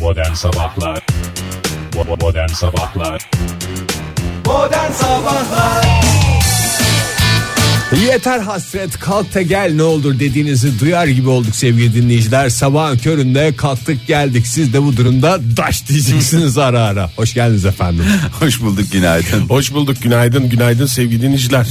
Modern Sabahlar Bo- Modern Sabahlar Modern Sabahlar Yeter hasret kalk da gel ne olur dediğinizi duyar gibi olduk sevgili dinleyiciler. Sabahın köründe kalktık geldik siz de bu durumda daş diyeceksiniz ara ara. Hoş geldiniz efendim. Hoş bulduk günaydın. Hoş bulduk günaydın günaydın sevgili dinleyiciler.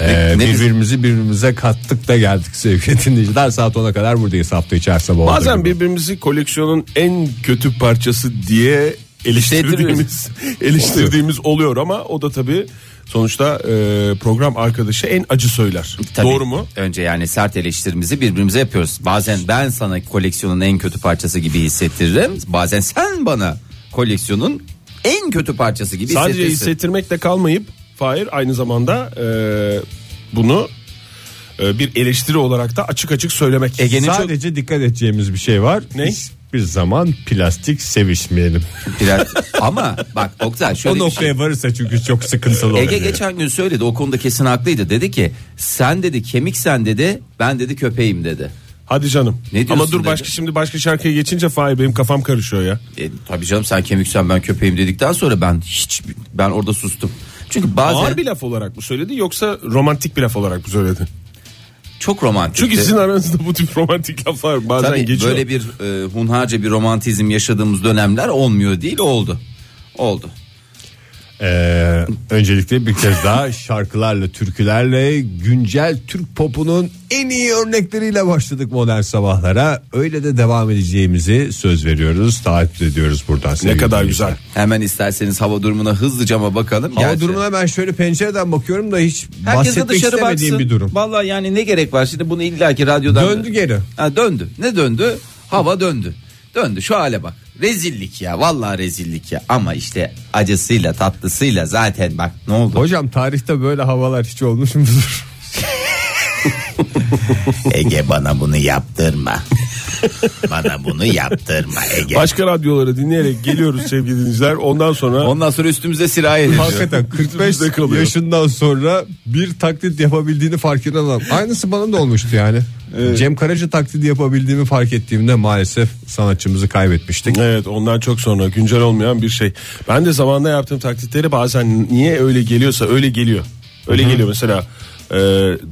Ee, ne güzel. birbirimizi birbirimize kattık da geldik sevgili dinleyiciler. Saat 10'a kadar buradayız hafta içi her sabah. olduğu Bazen gibi. birbirimizi koleksiyonun en kötü parçası diye eleştirdiğimiz eleştirdiğimiz oluyor ama o da tabii sonuçta e, program arkadaşı en acı söyler. Tabii. Doğru mu? Önce yani sert eleştirimizi birbirimize yapıyoruz. Bazen ben sana koleksiyonun en kötü parçası gibi hissettiririm. Bazen sen bana koleksiyonun en kötü parçası gibi Sadece hissettirsin. hissettirmekle kalmayıp Fahir aynı zamanda e, bunu e, bir eleştiri olarak da açık açık söylemek. Ege'nin çok Sadece dikkat edeceğimiz bir şey var. Ne? Hiçbir zaman plastik sevişmeyelim. biraz ama bak Oktay şöyle O bir şey. noktaya varırsa çünkü çok sıkıntılı oluyor. Ege geçen gün söyledi o konuda kesin haklıydı. Dedi ki sen dedi kemiksen dedi ben dedi köpeğim dedi. Hadi canım. Ne diyorsun ama dur dedi? başka şimdi başka şarkıya geçince Fahir benim kafam karışıyor ya. E, tabii canım sen kemiksen ben köpeğim dedikten sonra ben hiç ben orada sustum. Çünkü bazen Ağır bir laf olarak mı söyledi yoksa romantik bir laf olarak mı söyledi? çok romantik. Çünkü sizin aranızda bu tip romantik laflar bazen Tabii geçiyor. böyle bir e, hunharca bir romantizm yaşadığımız dönemler olmuyor değil oldu. Oldu. Ee, öncelikle bir kez daha şarkılarla, türkülerle, güncel Türk popunun en iyi örnekleriyle başladık modern sabahlara. Öyle de devam edeceğimizi söz veriyoruz, takip ediyoruz buradan. ne sevgili kadar dinleyiciler. güzel. Hemen isterseniz hava durumuna hızlıca ama bakalım. Hava Gerçi- durumuna ben şöyle pencereden bakıyorum da hiç Herkes de bahsetmek dışarı istemediğim baksın. bir durum. Vallahi yani ne gerek var şimdi bunu illaki radyodan. Döndü geri. Ha, döndü. Ne döndü? Hava döndü. Döndü şu hale bak. Rezillik ya vallahi rezillik ya ama işte acısıyla tatlısıyla zaten bak ne oldu Hocam tarihte böyle havalar hiç olmuş mudur? Ege bana bunu yaptırma bana bunu yaptırma Ege Başka radyoları dinleyerek geliyoruz sevgili dinleyiciler. Ondan sonra ondan sonra üstümüze sirayet ediyor Hakikaten 45 Üstümüzde kalıyor. yaşından sonra bir taklit yapabildiğini fark eden adam. Aynısı bana da olmuştu yani. Cem Karaca taklidi yapabildiğimi fark ettiğimde maalesef sanatçımızı kaybetmiştik. Evet ondan çok sonra güncel olmayan bir şey. Ben de zamanda yaptığım taklitleri bazen niye öyle geliyorsa öyle geliyor. Öyle geliyor mesela. e,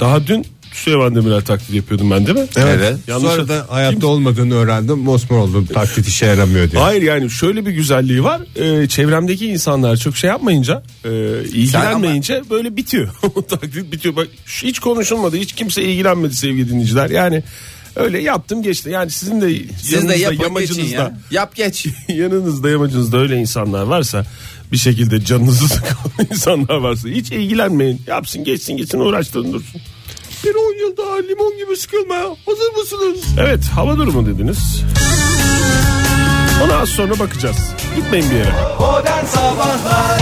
daha dün Süleyman Demirel taklidi yapıyordum ben değil mi? Evet. Yanlış Sonra da hayatta olmadığını öğrendim. Mosmor oldum. Taklit işe yaramıyor diye. Hayır yani şöyle bir güzelliği var. Ee, çevremdeki insanlar çok şey yapmayınca, e, ilgilenmeyince böyle bitiyor. O taklit bitiyor. Bak şu hiç konuşulmadı. Hiç kimse ilgilenmedi sevgili dinleyiciler. Yani öyle yaptım geçti. Yani sizin de Siz de yanınızda, yapın geçin yamacınızda, ya. Yap geç. yanınızda, yamacınızda öyle insanlar varsa bir şekilde canınızı sıkan insanlar varsa hiç ilgilenmeyin. Yapsın geçsin geçsin uğraştırın dursun. Bir on yıl daha limon gibi sıkılmaya hazır mısınız? Evet hava durumu dediniz. Ona az sonra bakacağız. Gitmeyin bir yere. Modern Sabahlar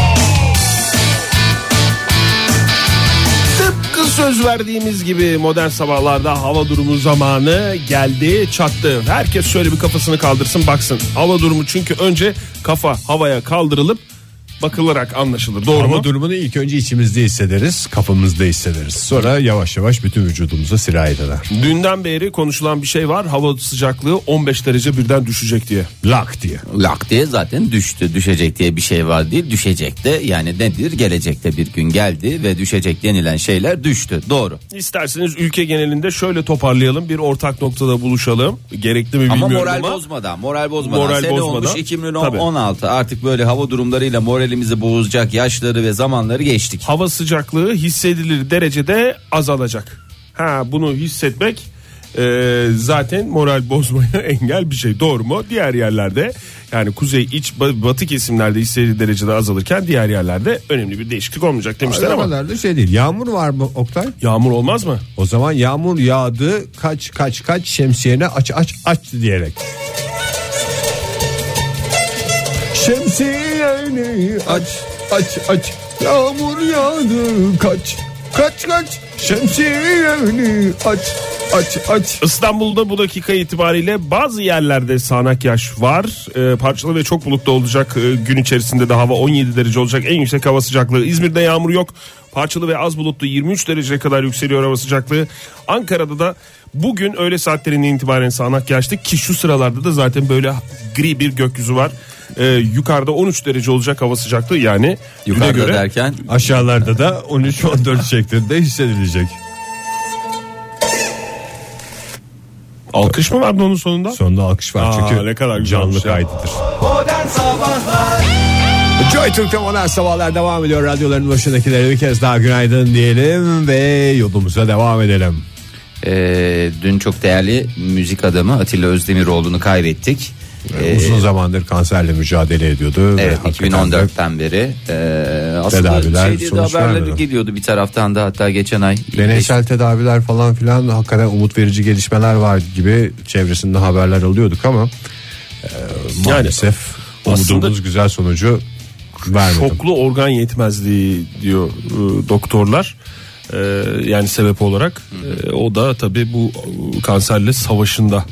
Tıpkı söz verdiğimiz gibi modern sabahlarda hava durumu zamanı geldi çattı. Herkes şöyle bir kafasını kaldırsın baksın. Hava durumu çünkü önce kafa havaya kaldırılıp bakılarak anlaşılır. Doğru Ama mu? durumunu ilk önce içimizde hissederiz, kafamızda hissederiz. Sonra yavaş yavaş bütün vücudumuza sirayet eder. Dünden beri konuşulan bir şey var. Hava sıcaklığı 15 derece birden düşecek diye. Lak diye. Lak diye zaten düştü. Düşecek diye bir şey var değil. Düşecek de yani nedir? Gelecekte bir gün geldi ve düşecek denilen şeyler düştü. Doğru. İsterseniz ülke genelinde şöyle toparlayalım. Bir ortak noktada buluşalım. Gerekli mi Ama bilmiyorum moral ama. bozmadan, moral bozmadan. Moral Sene bozmadan. olmuş Tabii. 2016. Artık böyle hava durumlarıyla moralimizi bozacak yaşları ve zamanları geçtik. hava sıcaklığı hissedilir derecede azalacak. Ha bunu hissetmek e, zaten moral bozmaya engel bir şey doğru mu? Diğer yerlerde yani kuzey iç ba- batı kesimlerde hissedilir derecede azalırken diğer yerlerde önemli bir değişiklik olmayacak demişler ama Arabalarda şey değil. Yağmur var mı Oktay? yağmur olmaz mı? O zaman yağmur yağdı kaç kaç kaç şemsiyene aç aç aç diyerek. Şemsiyeni aç aç aç yağmur yağdı kaç kaç kaç şemsiyeni aç aç aç. İstanbul'da bu dakika itibariyle bazı yerlerde sağanak yağış var. Ee, parçalı ve çok bulutlu olacak. Ee, gün içerisinde de hava 17 derece olacak. En yüksek hava sıcaklığı. İzmir'de yağmur yok. Parçalı ve az bulutlu 23 dereceye kadar yükseliyor hava sıcaklığı. Ankara'da da Bugün öğle saatlerinden itibaren sağanak yağıştı ki şu sıralarda da zaten böyle gri bir gökyüzü var. Ee, yukarıda 13 derece olacak hava sıcaklığı yani. düne Yukarıda göre derken Aşağılarda da 13-14 şeklinde hissedilecek. Alkış mı vardı onun sonunda? Sonunda alkış var Aa, çünkü ne kadar güzel canlı olmuş ya. kaydıdır. Modern Sabahlar Joy Türk'te modern sabahlar devam ediyor. Radyoların başındakilere bir kez daha günaydın diyelim ve yolumuza devam edelim. e, dün çok değerli müzik adamı Atilla Özdemiroğlu'nu kaybettik. E, Uzun zamandır kanserle mücadele ediyordu. ve Evet hakikaten de 2014'ten beri e, aslında Tedaviler şey diye de sonuç haberler vermedi. geliyordu bir taraftan da hatta geçen ay Deneysel tedaviler falan filan hakikaten umut verici gelişmeler var gibi çevresinde haberler alıyorduk ama e, maalesef aslında- umduğumuz güzel sonucu vermedi. Şoklu organ yetmezliği diyor e, doktorlar. E, yani sebep olarak. E, o da tabii bu e, kanserle savaşında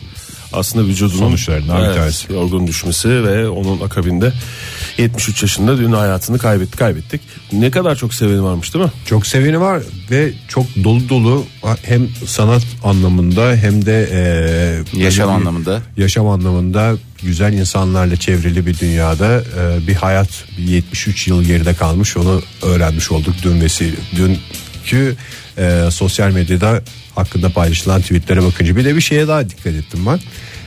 aslında vücudunun Sonuçlarından bir tanesi. yorgun düşmesi ve onun akabinde 73 yaşında dün hayatını kaybetti kaybettik. Ne kadar çok seveni varmış değil mi? Çok seveni var ve çok dolu dolu hem sanat anlamında hem de e, Yaşam böyle bir- anlamında. yaşam anlamında güzel insanlarla çevrili bir dünyada e, bir hayat 73 yıl geride kalmış onu öğrenmiş olduk dün vesile dünkü e, sosyal medyada hakkında paylaşılan tweetlere bakınca bir de bir şeye daha dikkat ettim ben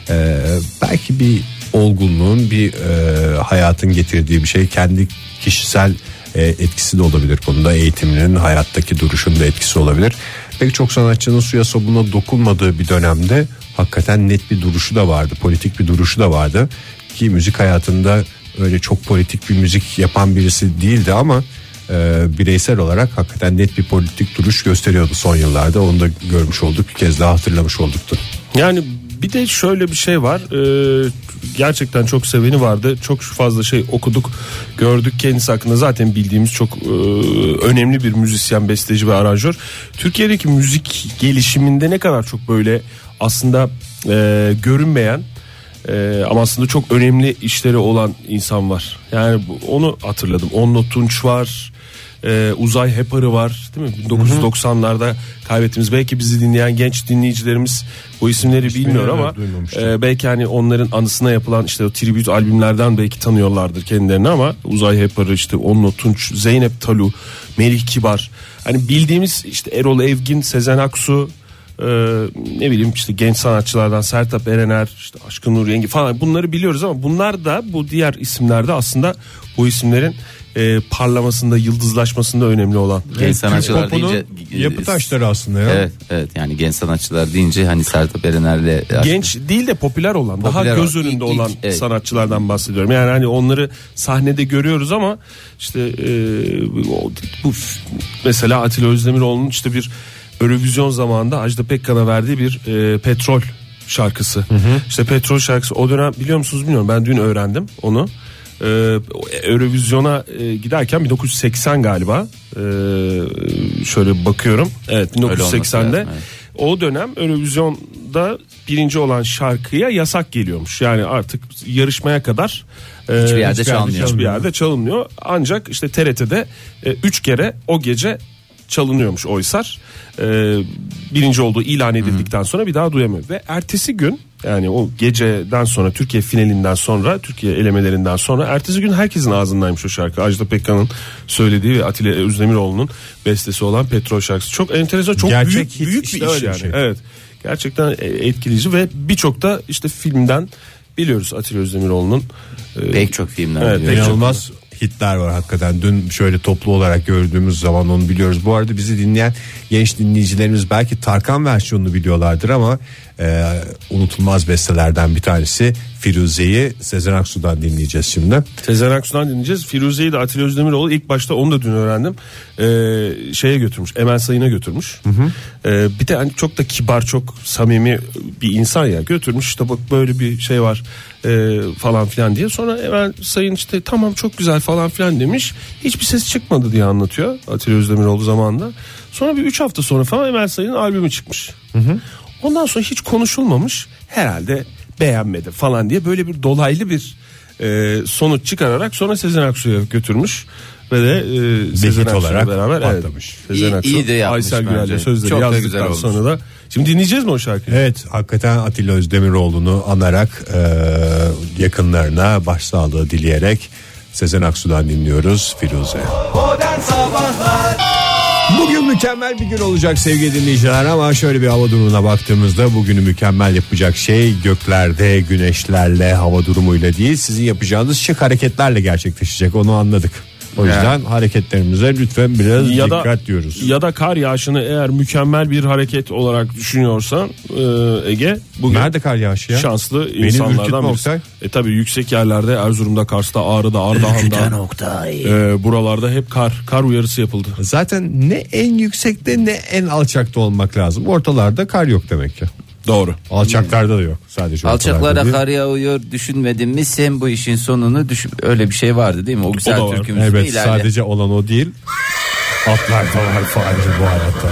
E, belki bir olgunluğun bir e, hayatın getirdiği bir şey kendi kişisel e, etkisi de olabilir konuda eğitiminin hayattaki duruşun da etkisi olabilir. Pek çok sanatçının suya sabuna dokunmadığı bir dönemde hakikaten net bir duruşu da vardı politik bir duruşu da vardı ki müzik hayatında öyle çok politik bir müzik yapan birisi değildi ama e, bireysel olarak hakikaten net bir politik duruş gösteriyordu son yıllarda onu da görmüş olduk bir kez daha hatırlamış olduktu. Yani bir de şöyle bir şey var. Ee, gerçekten çok seveni vardı. Çok fazla şey okuduk, gördük kendisi hakkında. Zaten bildiğimiz çok e, önemli bir müzisyen, besteci ve aranjör. Türkiye'deki müzik gelişiminde ne kadar çok böyle aslında e, görünmeyen e, ama aslında çok önemli işleri olan insan var. Yani bu- onu hatırladım. Onno Tunç var. Ee, Uzay Hepar'ı var değil mi? 1990'larda kaybettiğimiz belki bizi dinleyen genç dinleyicilerimiz bu isimleri bilmiyor ama duymamıştım. e, belki hani onların anısına yapılan işte o tribüt albümlerden belki tanıyorlardır kendilerini ama Uzay Hepar'ı işte Onno Tunç, Zeynep Talu, Melih Kibar hani bildiğimiz işte Erol Evgin, Sezen Aksu e, ne bileyim işte genç sanatçılardan Sertap Erener, işte Aşkın Nur Yengi falan bunları biliyoruz ama bunlar da bu diğer isimlerde aslında bu isimlerin e, parlamasında, yıldızlaşmasında önemli olan. genç sanatçılar Popunun deyince e, yapı taşları aslında ya. Evet evet yani genç sanatçılar deyince hani Sertab Erener'le Genç değil de popüler olan, daha Popüler göz olan, önünde ilk- ilk, olan evet. sanatçılardan bahsediyorum. Yani hani onları sahnede görüyoruz ama işte e, o- bu f- mesela Atilla Özdemiroğlu'nun işte bir Eurovision zamanında Ajda Pekkan'a verdiği bir e, petrol şarkısı. İşte petrol şarkısı o dönem biliyor musunuz bilmiyorum ben dün öğrendim onu. E, o Eurovision'a e, giderken 1980 galiba e, şöyle bakıyorum. Evet olması 1980'de. lazım, evet. O dönem Eurovision'da birinci olan şarkıya yasak geliyormuş. Yani artık yarışmaya kadar e, hiçbir yerde çalınmıyor. Hiçbir yerde çalınmıyor. Ancak işte TRT'de 3 e, kere o gece çalınıyormuş Oysar. E, birinci olduğu ilan edildikten sonra bir daha duyamıyor. Ve ertesi gün yani o geceden sonra Türkiye finalinden sonra Türkiye elemelerinden sonra ertesi gün herkesin ağzındaymış o şarkı. Ajda Pekkan'ın söylediği ve Atilla Özdemiroğlu'nun bestesi olan Petrol şarkısı. Çok enteresan çok Gerçek büyük, hit büyük işte bir iş öyle bir yani. şey. Evet. Gerçekten e, etkileyici ve birçok da işte filmden biliyoruz Atilla Özdemiroğlu'nun. e, pek çok filmler Evet, biliyorum. pek çok- İnanılmaz hitler var hakikaten. Dün şöyle toplu olarak gördüğümüz zaman onu biliyoruz. Bu arada bizi dinleyen genç dinleyicilerimiz belki Tarkan versiyonunu biliyorlardır ama e, unutulmaz bestelerden bir tanesi Firuze'yi Sezen Aksu'dan dinleyeceğiz şimdi. Sezen Aksu'dan dinleyeceğiz. Firuze'yi de Atilla Özdemiroğlu ilk başta onu da dün öğrendim. Ee, şeye götürmüş. Emel Sayın'a götürmüş. Ee, bir de hani çok da kibar çok samimi bir insan ya götürmüş işte bak böyle bir şey var ee, falan filan diye. Sonra Emel Sayın işte tamam çok güzel falan filan demiş. Hiçbir ses çıkmadı diye anlatıyor Atilla Özdemiroğlu zamanında. Sonra bir 3 hafta sonra falan Emel Sayın'ın albümü çıkmış. Ondan sonra hiç konuşulmamış herhalde beğenmedi falan diye böyle bir dolaylı bir e, sonuç çıkararak sonra Sezen Aksu'ya götürmüş. E, ve de e, Sezen Aksu'yla olarak beraber patlamış. Evet, Sezen İyi- Aksu, iyi de yapmış Aysel bence. Gürel'le sözleri Çok da güzel yazdıktan olmuş. sonra da. Şimdi dinleyeceğiz mi o şarkıyı? Evet hakikaten Atilla Özdemiroğlu'nu anarak e, yakınlarına başsağlığı dileyerek Sezen Aksu'dan dinliyoruz Firuze. Modern Sabahlar Bugün mükemmel bir gün olacak sevgili dinleyiciler ama şöyle bir hava durumuna baktığımızda bugünü mükemmel yapacak şey göklerde güneşlerle hava durumuyla değil sizin yapacağınız şık hareketlerle gerçekleşecek onu anladık. O yüzden hareketlerimize lütfen biraz Ya da, dikkat diyoruz. ya da kar yağışını eğer mükemmel bir hareket olarak düşünüyorsan e, Ege bugün Nerede kar yağışı ya? şanslı Beni ürkütme insanlardan birisi. Oktay. E tabi yüksek yerlerde Erzurum'da, Kars'ta, Ağrı'da, Ardahan'da e, buralarda hep kar kar uyarısı yapıldı. Zaten ne en yüksekte ne en alçakta olmak lazım. Ortalarda kar yok demek ki. Doğru. Alçaklarda da yok. Sadece ortalarda Alçaklara değil. kar yağıyor düşünmedin mi sen bu işin sonunu düşün öyle bir şey vardı değil mi? O güzel da var. türkümüzde Evet ilerle. sadece olan o değil. Atlar da var Fahir bu hayatta.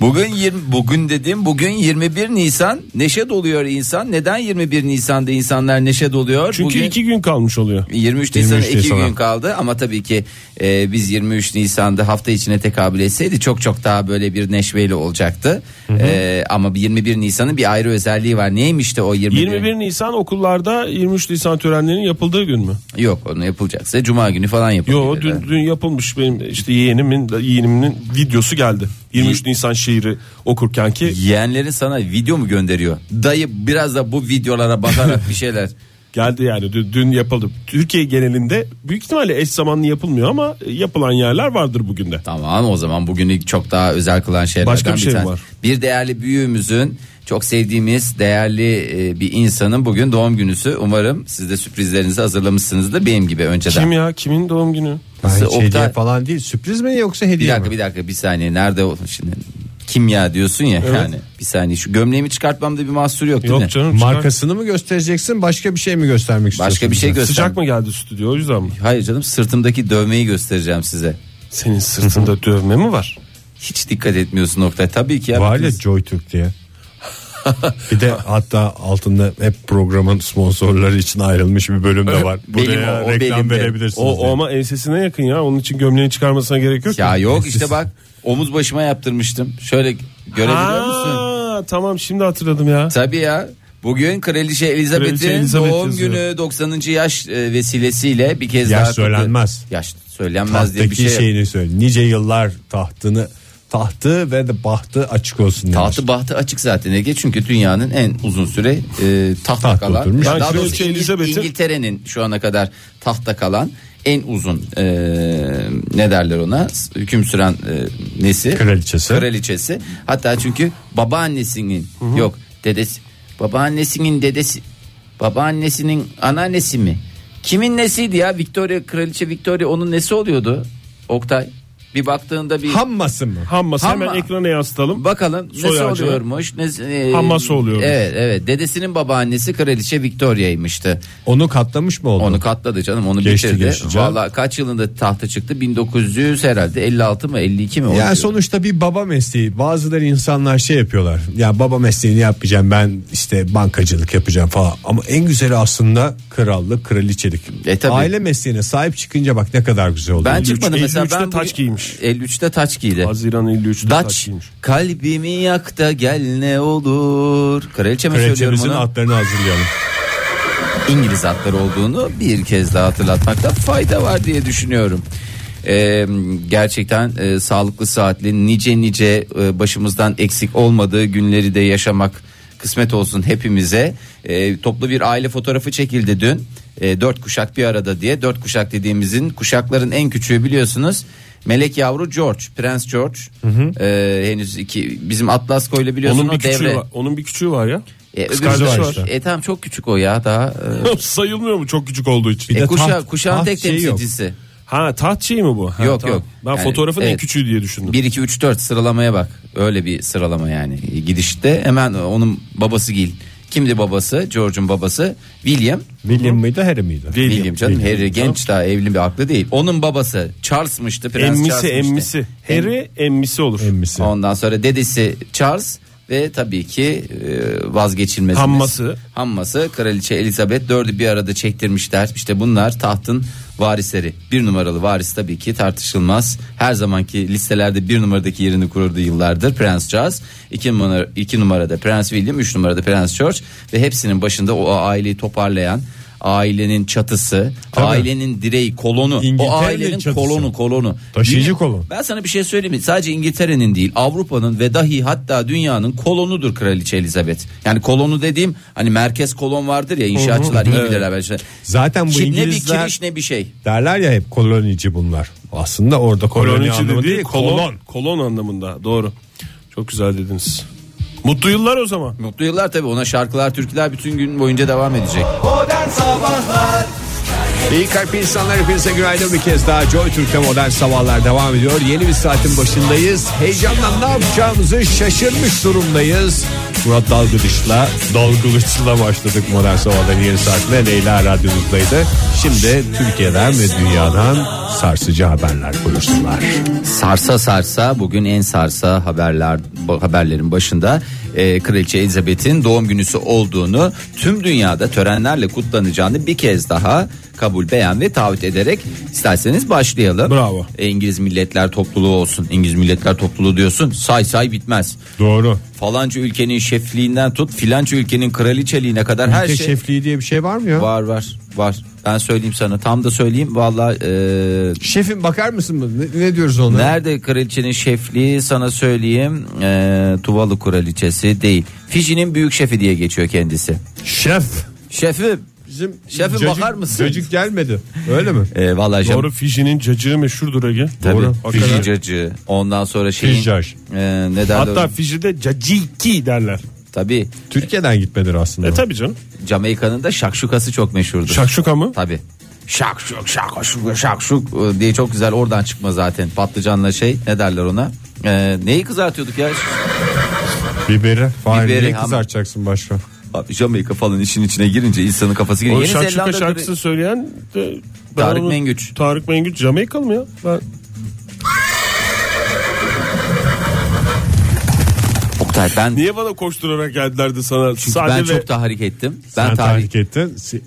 Bugün 20, bugün dediğim bugün 21 Nisan neşe doluyor insan. Neden 21 Nisan'da insanlar neşe doluyor? Çünkü bugün... iki gün kalmış oluyor. 23 Nisan'a 23 iki Nisan'a. gün kaldı ama tabii ki e, biz 23 Nisan'da hafta içine tekabül etseydi çok çok daha böyle bir neşveyle olacaktı. E, ama bir 21 Nisan'ın bir ayrı özelliği var. Neymiş de o 21? 21 Nisan okullarda 23 Nisan törenlerinin yapıldığı gün mü? Yok onu yapılacaksa cuma günü falan yapılıyor. Yo dün, dün yapılmış benim işte yeğenimin yeğenimin videosu geldi. 23 Nisan şiiri okurken ki Yeğenlerin sana video mu gönderiyor? Dayı biraz da bu videolara bakarak bir şeyler. geldi yani dün, dün yapıldı. Türkiye genelinde büyük ihtimalle eş zamanlı yapılmıyor ama yapılan yerler vardır bugün de. Tamam o zaman bugünü çok daha özel kılan şeylerden Başka bir şey mi tanesi. var? Bir değerli büyüğümüzün çok sevdiğimiz değerli e, bir insanın bugün doğum günüsü. Umarım siz de sürprizlerinizi hazırlamışsınızdır benim gibi önceden. Kim ya kimin doğum günü? Ben hiç Nasıl, Oktay? hediye falan değil. Sürpriz mi yoksa hediye Bir dakika mi? bir dakika bir saniye nerede o şimdi kimya diyorsun ya yani bir saniye şu gömleğimi çıkartmamda bir mahsur yok değil mi? Yok canım. çıkar- Markasını mı göstereceksin başka bir şey mi göstermek istiyorsun? Başka bir şey bize? göster. Sıcak mı geldi stüdyo o yüzden mi? Hayır canım sırtımdaki dövmeyi göstereceğim size. Senin sırtında dövme mi var? Hiç dikkat etmiyorsun nokta tabii ki ya. Var ya Joytürk diye. bir de hatta altında hep programın sponsorları için ayrılmış bir bölüm de var. Benim Buraya o, o reklam benim de. verebilirsiniz. O, o diye. ama ensesine yakın ya. Onun için gömleğini çıkarmasına gerek yok. Ya ki. yok işte bak omuz başıma yaptırmıştım. Şöyle görebiliyor musun? Ha, tamam şimdi hatırladım ya. Tabii ya. Bugün Kraliçe Elizabeth'in Kraliçe Elizabeth doğum yazıyor. günü 90. yaş e, vesilesiyle bir kez Yaş daha kutlu- söylenmez. Yaş söylenmez diye bir Tahttaki şey. şeyini söyle. Nice yıllar tahtını tahtı ve de bahtı açık olsun demiş. Tahtı bahtı açık zaten Ege çünkü dünyanın en uzun süre e, tahtta Tahtta kalan. oturmuş. Daha Ben doğrusu Kraliçe İngil- Elizabeth'in- İngiltere'nin şu ana kadar tahtta kalan en uzun e, ne derler ona hüküm süren e, nesi? Kraliçesi. Kraliçesi. Hatta çünkü babaannesinin yok dedesi babaannesinin dedesi babaannesinin anneannesi mi? Kimin nesiydi ya Victoria Kraliçe Victoria onun nesi oluyordu? Oktay bir baktığında bir Hamması mı? Hammas hemen Hamma. ekrana yansıtalım. Bakalım nesi Soy ağacı. oluyormuş. nesi- e, Hamması oluyormuş. Evet evet. Dedesinin babaannesi kraliçe Victoria'ymıştı. Onu katlamış mı oldu? Onu katladı canım onu Geçti bitirdi. geçti canım. Valla kaç yılında tahta çıktı? 1900 herhalde 56 mı 52 mi? Onu diyor. Yani sonuçta bir baba mesleği. Bazıları insanlar şey yapıyorlar. Ya baba mesleğini yapmayacağım ben işte bankacılık yapacağım falan. Ama en güzeli aslında krallık, kraliçelik. E tabii. Aile mesleğine sahip çıkınca bak ne kadar güzel oluyor. ben 53 çıkmadım mesela 53'te ben taç giymiş. 53'te taç giydi. Haziran 53'te Daç taşıymış. kalbimi yak da gel ne olur. Kraliçe mi söylüyorum Kraliçemizin onu? atlarını hazırlayalım. İngiliz atları olduğunu bir kez daha hatırlatmakta fayda var diye düşünüyorum. Ee, gerçekten e, sağlıklı saatli nice nice e, başımızdan eksik olmadığı günleri de yaşamak kısmet olsun hepimize. Ee, toplu bir aile fotoğrafı çekildi dün. Ee, dört kuşak bir arada diye. Dört kuşak dediğimizin kuşakların en küçüğü biliyorsunuz. Melek yavru George, Prens George. Ee, henüz iki bizim Atlas koyla biliyorsun Onun bir o küçüğü devre. var. Onun bir küçüğü var ya. E, öbürü- Kız kardeşi var. işte. E tamam çok küçük o ya daha. e, Sayılmıyor mu çok küçük olduğu için? Bir de e, kuşa, taht- kuşağın taht tek şeyi yok. temsilcisi. Ha taht şeyi mi bu? Ha, Yok, yok. Ben Yani, fotoğrafın en evet. küçüğü diye düşündüm. 1 2 3 4 sıralamaya bak. Öyle bir sıralama yani. e, Gidişte hemen onun babası Gil. Kimdi babası? George'un babası William. William mıydı Harry miydi? William, William, canım William. Harry genç daha evli bir aklı değil. Onun babası Charles'mıştı. Prens Emmisi Charles'mıştı. emmisi. Harry emmisi olur. Emmisi. Ondan sonra dedesi Charles ve tabii ki e, vazgeçilmezimiz. Hamması. Hamması Kraliçe Elizabeth dördü bir arada çektirmişler. İşte bunlar tahtın varisleri. Bir numaralı varis tabii ki tartışılmaz. Her zamanki listelerde bir numaradaki yerini kururdu yıllardır Prens Charles. İki, numara, iki numarada Prens William, üç numarada Prens George. Ve hepsinin başında o aileyi toparlayan ailenin çatısı, ailenin direği, kolonu. O İngiltere'nin ailenin çatısı. kolonu, kolonu. Taşıyıcı Dünya- kolon. Ben sana bir şey söyleyeyim mi? Sadece İngiltere'nin değil, Avrupa'nın ve dahi hatta dünyanın kolonudur Kraliçe Elizabeth. Yani kolonu dediğim hani merkez kolon vardır ya inşaatçılar iyi bilirler ben. şimdi. Zaten bu Ki- Ne bir İngilizler- kiriş ne bir şey. Derler ya hep kolonici bunlar. Aslında orada koloni, Kolon içinde anlamı değil, değil kolon. kolon. Kolon anlamında doğru. Çok güzel dediniz. Mutlu yıllar o zaman. Mutlu yıllar tabii ona şarkılar, türküler bütün gün boyunca devam edecek. Modern Sabahlar İyi kalp insanlar hepinize günaydın bir kez daha Joy Türk'te modern sabahlar devam ediyor. Yeni bir saatin başındayız. Heyecanla ne yapacağımızı şaşırmış durumdayız. Murat Dalgıç'la Dalgıç'la başladık modern sabahların yeni saatine. Leyla radyomuzdaydı. Şimdi Türkiye'den ve dünyadan sarsıcı haberler buyursunlar. Sarsa sarsa bugün en sarsa haberler bu haberlerin başında e, Kraliçe Elizabeth'in doğum günüsü olduğunu tüm dünyada törenlerle kutlanacağını bir kez daha kabul beyan ve taahhüt ederek isterseniz başlayalım. Bravo. E, İngiliz Milletler Topluluğu olsun. İngiliz Milletler Topluluğu diyorsun say say bitmez. Doğru. Falanca ülkenin şefliğinden tut filanca ülkenin kraliçeliğine kadar her Ülke şey. şefliği diye bir şey var mı ya? Var var var. Ben söyleyeyim sana tam da söyleyeyim. Vallahi e, Şefim bakar mısın mı? Ne, ne diyoruz ona? Nerede kraliçenin şefliği sana söyleyeyim Ee, Tuvalu kraliçesi değil Fiji'nin büyük şefi diye geçiyor kendisi Şef. Şefim Bizim Şefim cacık- bakar mısın? Cacık gelmedi. Öyle mi? ee, Vallahi şef- Doğru fijinin cacığı meşhurdur Ege. Tabii, Doğru. Fiji Hakikaten. cacığı Ondan sonra şeyin Fijaj. Ee, ne derler Hatta Fiji'de caciki derler. Tabii Türkiye'den gitmedir aslında. E tabi canım. Jamaika'nın da şakşukası çok meşhurdur Şakşuka mı? Tabii Şakşuk şakşuk şakşuk e, diye çok güzel oradan çıkma zaten patlıcanla şey ne derler ona Ee, neyi kızartıyorduk ya Biberi. Fahir Biberi, niye ham- kızartacaksın başka? Abi, Jamaika falan işin içine girince insanın kafası giriyor O Yeni şakşuka Zelanda'da- şarkısını söyleyen de, ben Tarık Mengüç. Tarık Mengüç Jamaikalı mı ya? Ben, Oktay ben niye bana koşturarak geldiler de sana? Çünkü sade ben ve- çok tahrik ettim. Ben Sen tahrik. tahrik ettin. Si-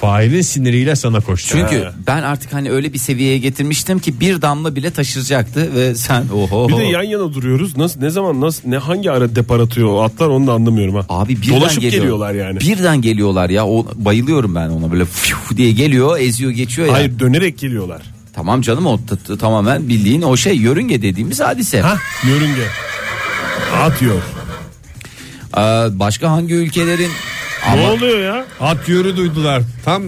Fahir'in siniriyle sana koştu. Çünkü He. ben artık hani öyle bir seviyeye getirmiştim ki bir damla bile taşıracaktı ve sen oho. Bir de yan yana duruyoruz. Nasıl ne zaman nasıl ne hangi ara depar atıyor o atlar onu da anlamıyorum ha. Abi birden Dolaşıp geliyor. geliyorlar yani. Birden geliyorlar ya. O, bayılıyorum ben ona böyle fiu diye geliyor, eziyor, geçiyor ya. Hayır dönerek geliyorlar. Tamam canım o t- t- tamamen bildiğin o şey yörünge dediğimiz hadise. Ha yörünge. Atıyor. Aa, başka hangi ülkelerin Ne ama oluyor ya? At yürü duydular. Tam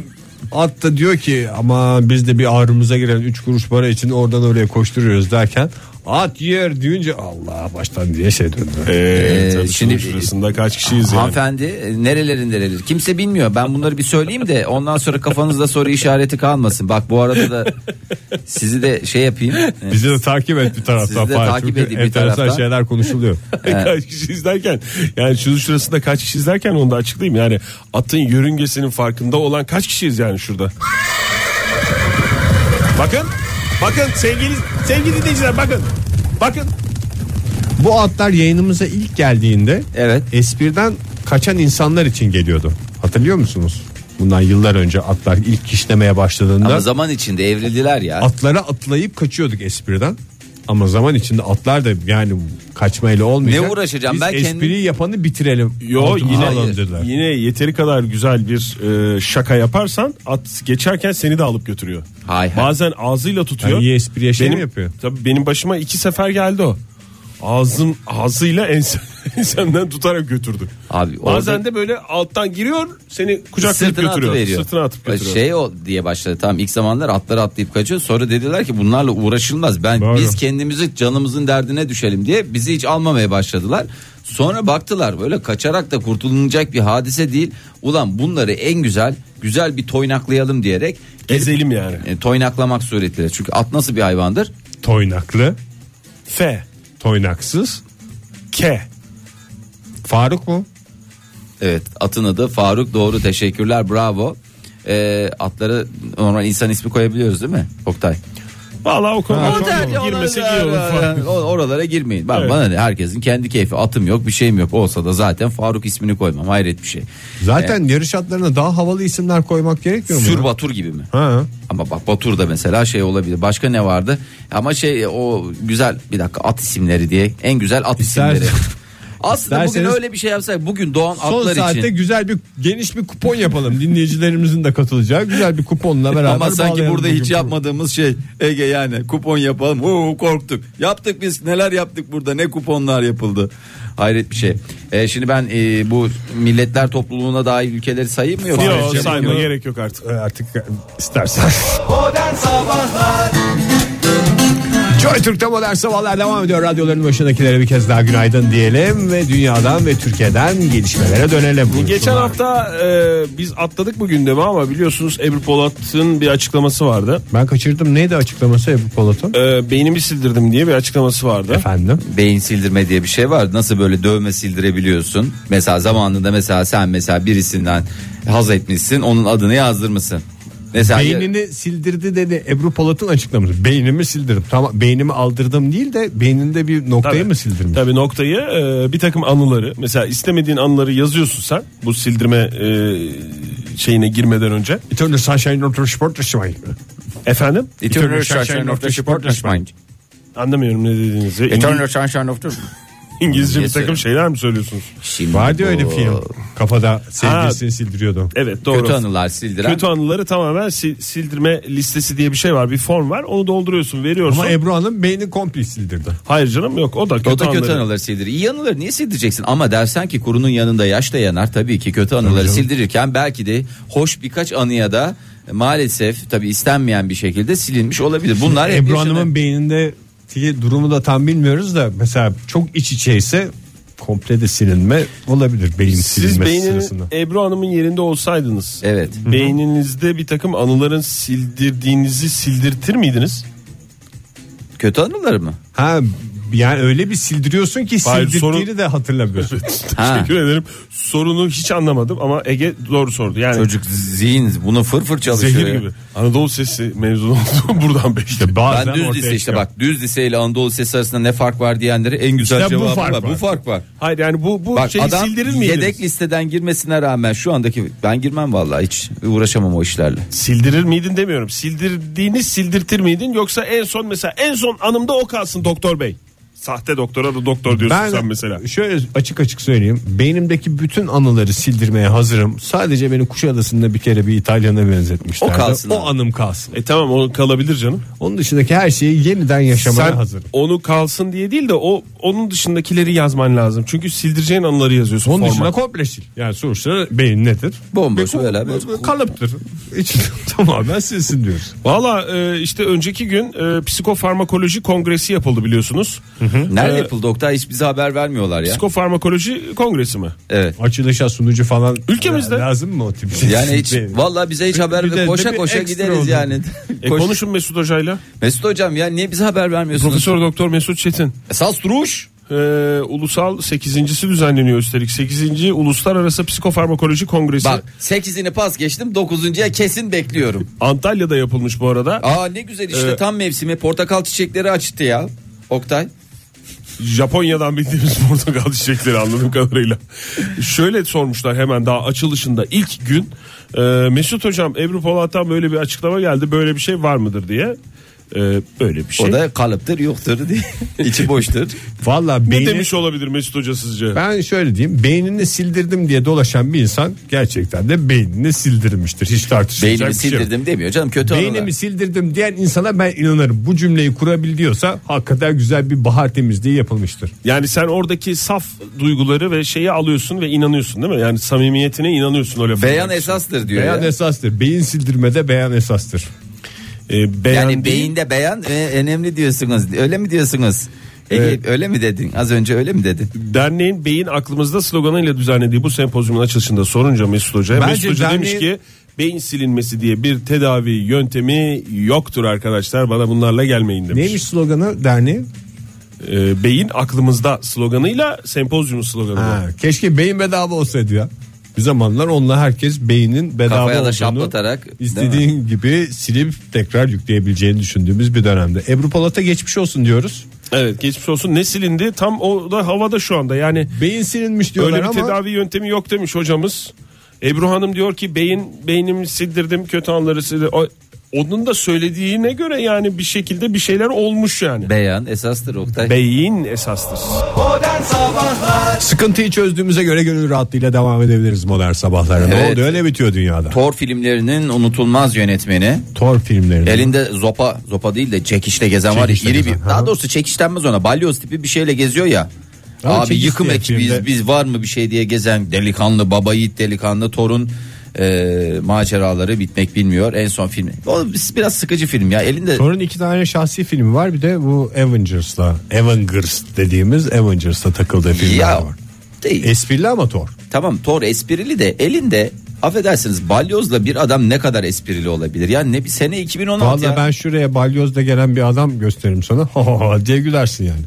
at da diyor ki ama biz de bir ağrımıza giren 3 kuruş para için oradan oraya koşturuyoruz derken at yer deyince Allah baştan diye şey döndü. Ee, tabii şimdi- şimdi şurasında kaç kişiyiz yani. hanımefendi e, nerelerin nereleri kimse bilmiyor. Ben bunları bir söyleyeyim de ondan sonra kafanızda soru işareti kalmasın. Bak bu arada da sizi de şey yapayım. E, Bizi de takip et bir taraftan. Sizi de Fahir. takip Çünkü edin bir enteresan taraftan. şeyler konuşuluyor. Ee. kaç kişiyiz derken yani şunun şurasında kaç kişiyiz derken onu da açıklayayım. Yani atın yörüngesinin farkında olan kaç kişiyiz yani şurada? bakın. Bakın sevgili sevgili dinleyiciler bakın. Bakın. Bu atlar yayınımıza ilk geldiğinde Evet. espriden kaçan insanlar için geliyordu. Hatırlıyor musunuz? Bundan yıllar önce atlar ilk işlemeye başladığında Ama zaman içinde evrildiler ya. atlara atlayıp kaçıyorduk espriden. Ama zaman içinde atlar da yani kaçmayla olmayacak. Ne uğraşacağım? Biz ben kendim- espriyi yapanı bitirelim. Yo Altımıza yine alalım dediler. yine yeteri kadar güzel bir e, şaka yaparsan at geçerken seni de alıp götürüyor. Hay hay. Bazen ağzıyla tutuyor. Ha, iyi espriye şey mi yapıyor? Tabii benim başıma iki sefer geldi o. Ağzım ağzıyla ense, ensemden tutarak götürdü. Abi orada- Bazen de böyle alttan giriyor seni kucaklayıp Sırtına götürüyor. atıveriyor. Sırtına atıp götürüyor. Şey o diye başladı. Tam ilk zamanlar atları atlayıp kaçıyor. Sonra dediler ki bunlarla uğraşılmaz. Ben Doğru. biz kendimizi canımızın derdine düşelim diye bizi hiç almamaya başladılar. Sonra baktılar böyle kaçarak da kurtulunacak bir hadise değil. Ulan bunları en güzel güzel bir toynaklayalım diyerek Ezelim yani. e, toynaklamak suretiyle. Çünkü at nasıl bir hayvandır? Toynaklı, F, toynaksız. K. Faruk mu? Evet atın adı Faruk doğru E, teşekkürler bravo. Ee, atlara normal insan ismi koyabiliyoruz değil mi Oktay? Valla o konuda O çok derdi, girmesek ona- iyi olur falan. o- Oralara girmeyin. Bak Evet. bana ne herkesin kendi keyfi atım yok bir şeyim yok olsa da zaten Faruk ismini koymam hayret bir şey. Zaten yarış atlarına daha havalı isimler koymak gerekmiyor mu? ya? Sür Batur gibi mi? Ha. Ama bak Batur da mesela şey olabilir. Başka ne vardı? Ama şey o güzel bir dakika at isimleri diye en güzel at İstersen- isimleri. Aslında bugün İsterseniz- öyle bir şey yapsak bugün doğan Son atlar saatte için. güzel bir geniş bir kupon yapalım. Dinleyicilerimizin de katılacağı güzel bir kuponla beraber. Ama sanki bağlayalım burada bugün hiç programı. yapmadığımız şey Ege yani kupon yapalım. Oo, korktuk. Yaptık biz neler yaptık burada ne kuponlar yapıldı. Hayret bir şey. Ee, şimdi ben e, bu milletler topluluğuna dair ülkeleri sayayım mı? yoksa? Yok Şey sayma yapıyorum. gerek yok artık. Ee, Artık istersen. Modern Sabahlar Joy Türk'te modern sabahlar devam ediyor. Radyoların başındakilere bir kez daha günaydın diyelim ve dünyadan ve Türkiye'den gelişmelere dönelim. Geçen hafta e, biz atladık bu gündemi ama biliyorsunuz Ebru Polat'ın bir açıklaması vardı. Ben kaçırdım. Neydi açıklaması Ebru Polat'ın? E, beynimi sildirdim diye bir açıklaması vardı. Efendim. beyin sildirme diye bir şey var. Nasıl böyle dövme sildirebiliyorsun? Mesela zamanında mesela sen mesela birisinden haz etmişsin. Onun adını yazdırmışsın. Mesela Beynini sildirdi dedi Ebru Polat'ın açıklaması. Beynimi sildirdim. Tamam beynimi aldırdım değil de beyninde bir noktayı Tabii. mı sildirmiş? Tabii noktayı e, bir takım anıları mesela istemediğin anıları yazıyorsun sen bu sildirme e, şeyine girmeden önce. Bir türlü sunshine of the sport is mine. Efendim? E, Eternal Sunshine of the Spotless Mind. Anlamıyorum ne dediğinizi. İngi- Eternal Sunshine of the İngilizce bir İngilizce. takım şeyler mi söylüyorsunuz? Şimdi Vardı ya öyle şey bu film. Kafada sevgilisini sildiriyordu. Evet doğru. Kötü anılar sildiren. Kötü anıları tamamen sil- sildirme listesi diye bir şey var. Bir form var. Onu dolduruyorsun, veriyorsun. Ama Ebru Hanım beyni komple sildirdi. Hayır canım yok. O da kötü o da anıları. kötü anıları sildirir. İyi anıları niye sildireceksin? Ama dersen ki kurunun yanında yaş da yanar. Tabii ki kötü anıları sildirirken belki de hoş birkaç anıya da maalesef tabii istenmeyen bir şekilde silinmiş olabilir. Bunlar hep Ebru yaşanır. Hanım'ın beynindeki durumu da tam bilmiyoruz da mesela çok iç içeyse komple de silinme olabilir beyin Siz silinmesi beyninin sırasında. Ebru Hanım'ın yerinde olsaydınız. Evet. Beyninizde bir takım anıların sildirdiğinizi sildirtir miydiniz? Kötü anıları mı? Ha yani öyle bir sildiriyorsun ki Hayır, sildirdiğini de hatırlamıyorsun. Ha. Teşekkür ederim. Sorunu hiç anlamadım ama Ege doğru sordu. Yani Çocuk zihin bunu fırfır çalışıyor. zehir ya. gibi. Anadolu Sesi mezunu oldum buradan beşte. Bazen Ben düz ortaya lise işte çıkıyor. bak düz lise ile Anadolu Lisesi arasında ne fark var diyenlere en güzel İşte bu cevabı fark var. var. Bu fark var. Hayır yani bu bu Bak şeyi adam sildirir miydiniz? yedek listeden girmesine rağmen şu andaki ben girmem vallahi hiç uğraşamam o işlerle. Sildirir miydin demiyorum. Sildirdiğini sildirtir miydin yoksa en son mesela en son anımda o kalsın doktor bey. Sahte doktora da doktor diyorsun Ben sen mesela. şöyle açık açık söyleyeyim. Beynimdeki bütün anıları sildirmeye hazırım. Sadece beni Kuşadası'nda bir kere bir İtalyana benzetmişlerdi. O kalsın O abi. anım kalsın. E tamam o kalabilir canım. Onun dışındaki her şeyi yeniden yaşamaya Sen hazırım. onu kalsın diye değil de o onun dışındakileri yazman lazım. Çünkü sildireceğin anıları yazıyorsun. Onun forma. dışında komple sil. Yani sonuçta beyin nedir? Bomboş Bir- öyle bir- bir Kalıptır. İçinde tamamen silsin diyoruz. Valla e, işte önceki gün e, psikofarmakoloji kongresi yapıldı biliyorsunuz. Ee, Nerede yapıldı Oktay hiç bize haber vermiyorlar ya. Psikofarmakoloji kongresi mi? Evet. Açılışa sunucu falan Ülkemizde. la- lazım mı o tip şey? Yani hiç Beyin. vallahi bize hiç haber bir de- koşa bir koşa ekstra gideriz oldu. yani. E, Koş- konuşun Mesut Hoca'yla. Mesut hocam ya niye bize haber vermiyorsunuz? Profesör Doktor Mesut Çetin. Esas duruş. Ee, ulusal 8.si düzenleniyor üstelik. 8. Uluslararası Psikofarmakoloji Kongresi. Bak 8'ini pas geçtim 9'uncuya kesin bekliyorum. Antalya'da yapılmış bu arada. Aa ne güzel işte Evet. tam mevsimi portakal çiçekleri açtı ya. Oktay. Japonya'dan bildiğimiz portakal çiçekleri anladığım kadarıyla. Şöyle sormuşlar hemen daha açılışında ilk gün. e, Mesut Hocam Ebru Polat'tan böyle bir açıklama geldi. Böyle bir şey var mıdır diye. E, böyle bir şey. O da kalıptır yoktur diye. İçi boştur. Vallahi Ne beyni... demiş olabilir Mesut Hoca sizce? Ben şöyle diyeyim beynini sildirdim diye dolaşan bir insan gerçekten de beynini sildirmiştir. Hiç tartışılacak Beynimi bir şey yok. sildirdim demiyor canım kötü Beynimi sildirdim diyen insana ben inanırım. Bu cümleyi kurabiliyorsa hakikaten güzel bir bahar temizliği yapılmıştır. Yani sen oradaki saf duyguları ve şeyi alıyorsun ve inanıyorsun değil mi? Yani samimiyetine inanıyorsun o lafı. Beyan esastır diyor Beyan ya. esastır. Beyin sildirmede beyan esastır. E, beyan yani değil, beyinde beyan e, önemli diyorsunuz. Öyle mi diyorsunuz? Ege, öyle mi dedin? Az önce öyle mi dedin? Derneğin beyin aklımızda sloganıyla düzenlediği bu sempozyumun açılışında sorunca Mesut Hoca'ya Bence Mesut Hoca demiş derneğin- ki beyin silinmesi diye bir tedavi yöntemi yoktur arkadaşlar bana bunlarla gelmeyin demiş. Neymiş sloganı derneğin? Ee, beyin aklımızda sloganıyla sempozyumun sloganı. Ha, keşke beyin bedava olsaydı ya. Bir zamanlar onunla herkes beynin bedava Kafaya da olduğunu, şaplatarak, değil istediğin gibi silip tekrar yükleyebileceğini düşündüğümüz bir dönemde. Ebru Polat'a geçmiş olsun diyoruz. Evet geçmiş olsun ne silindi tam o da havada şu anda yani Beyin silinmiş diyorlar öyle bir ama tedavi yöntemi yok demiş hocamız. Ebru Hanım diyor ki beyin beynimi sildirdim kötü anları sildirdim. O- Onun da söylediğine göre yani bir şekilde bir şeyler olmuş yani. Beyan esastır Oktay. Beyin esastır. Modern Sabahlar sıkıntıyı çözdüğümüze göre gönül rahatlığıyla devam edebiliriz modern sabahlara. Ne Evet. oldu öyle bitiyor dünyada. Thor filmlerinin unutulmaz yönetmeni. Thor filmlerinde. Elinde zopa, zopa değil de çekişle gezen var ya Çekiçle iri gezen, bir. Daha doğrusu çekiç denmez ona. Balyoz tipi bir şeyle geziyor ya. Ama Abi çekiç yıkım diye ekibiyiz filmde- biz var mı bir şey diye gezen delikanlı baba yiğit delikanlı torun e, maceraları bitmek bilmiyor en son filmi. O biraz sıkıcı film ya elinde Thor'un iki tane şahsi filmi var bir de bu Avengers'la Avengers dediğimiz Avengers'la takıldığı filmler ya var. değil. Esprili ama Thor. Tamam Thor esprili de elinde affedersiniz balyozla bir adam ne kadar esprili olabilir? Yani ne bir sene 2016 Vallahi ya. ben şuraya balyozda gelen bir adam gösteririm sana. Ha ha ha diye gülersin yani.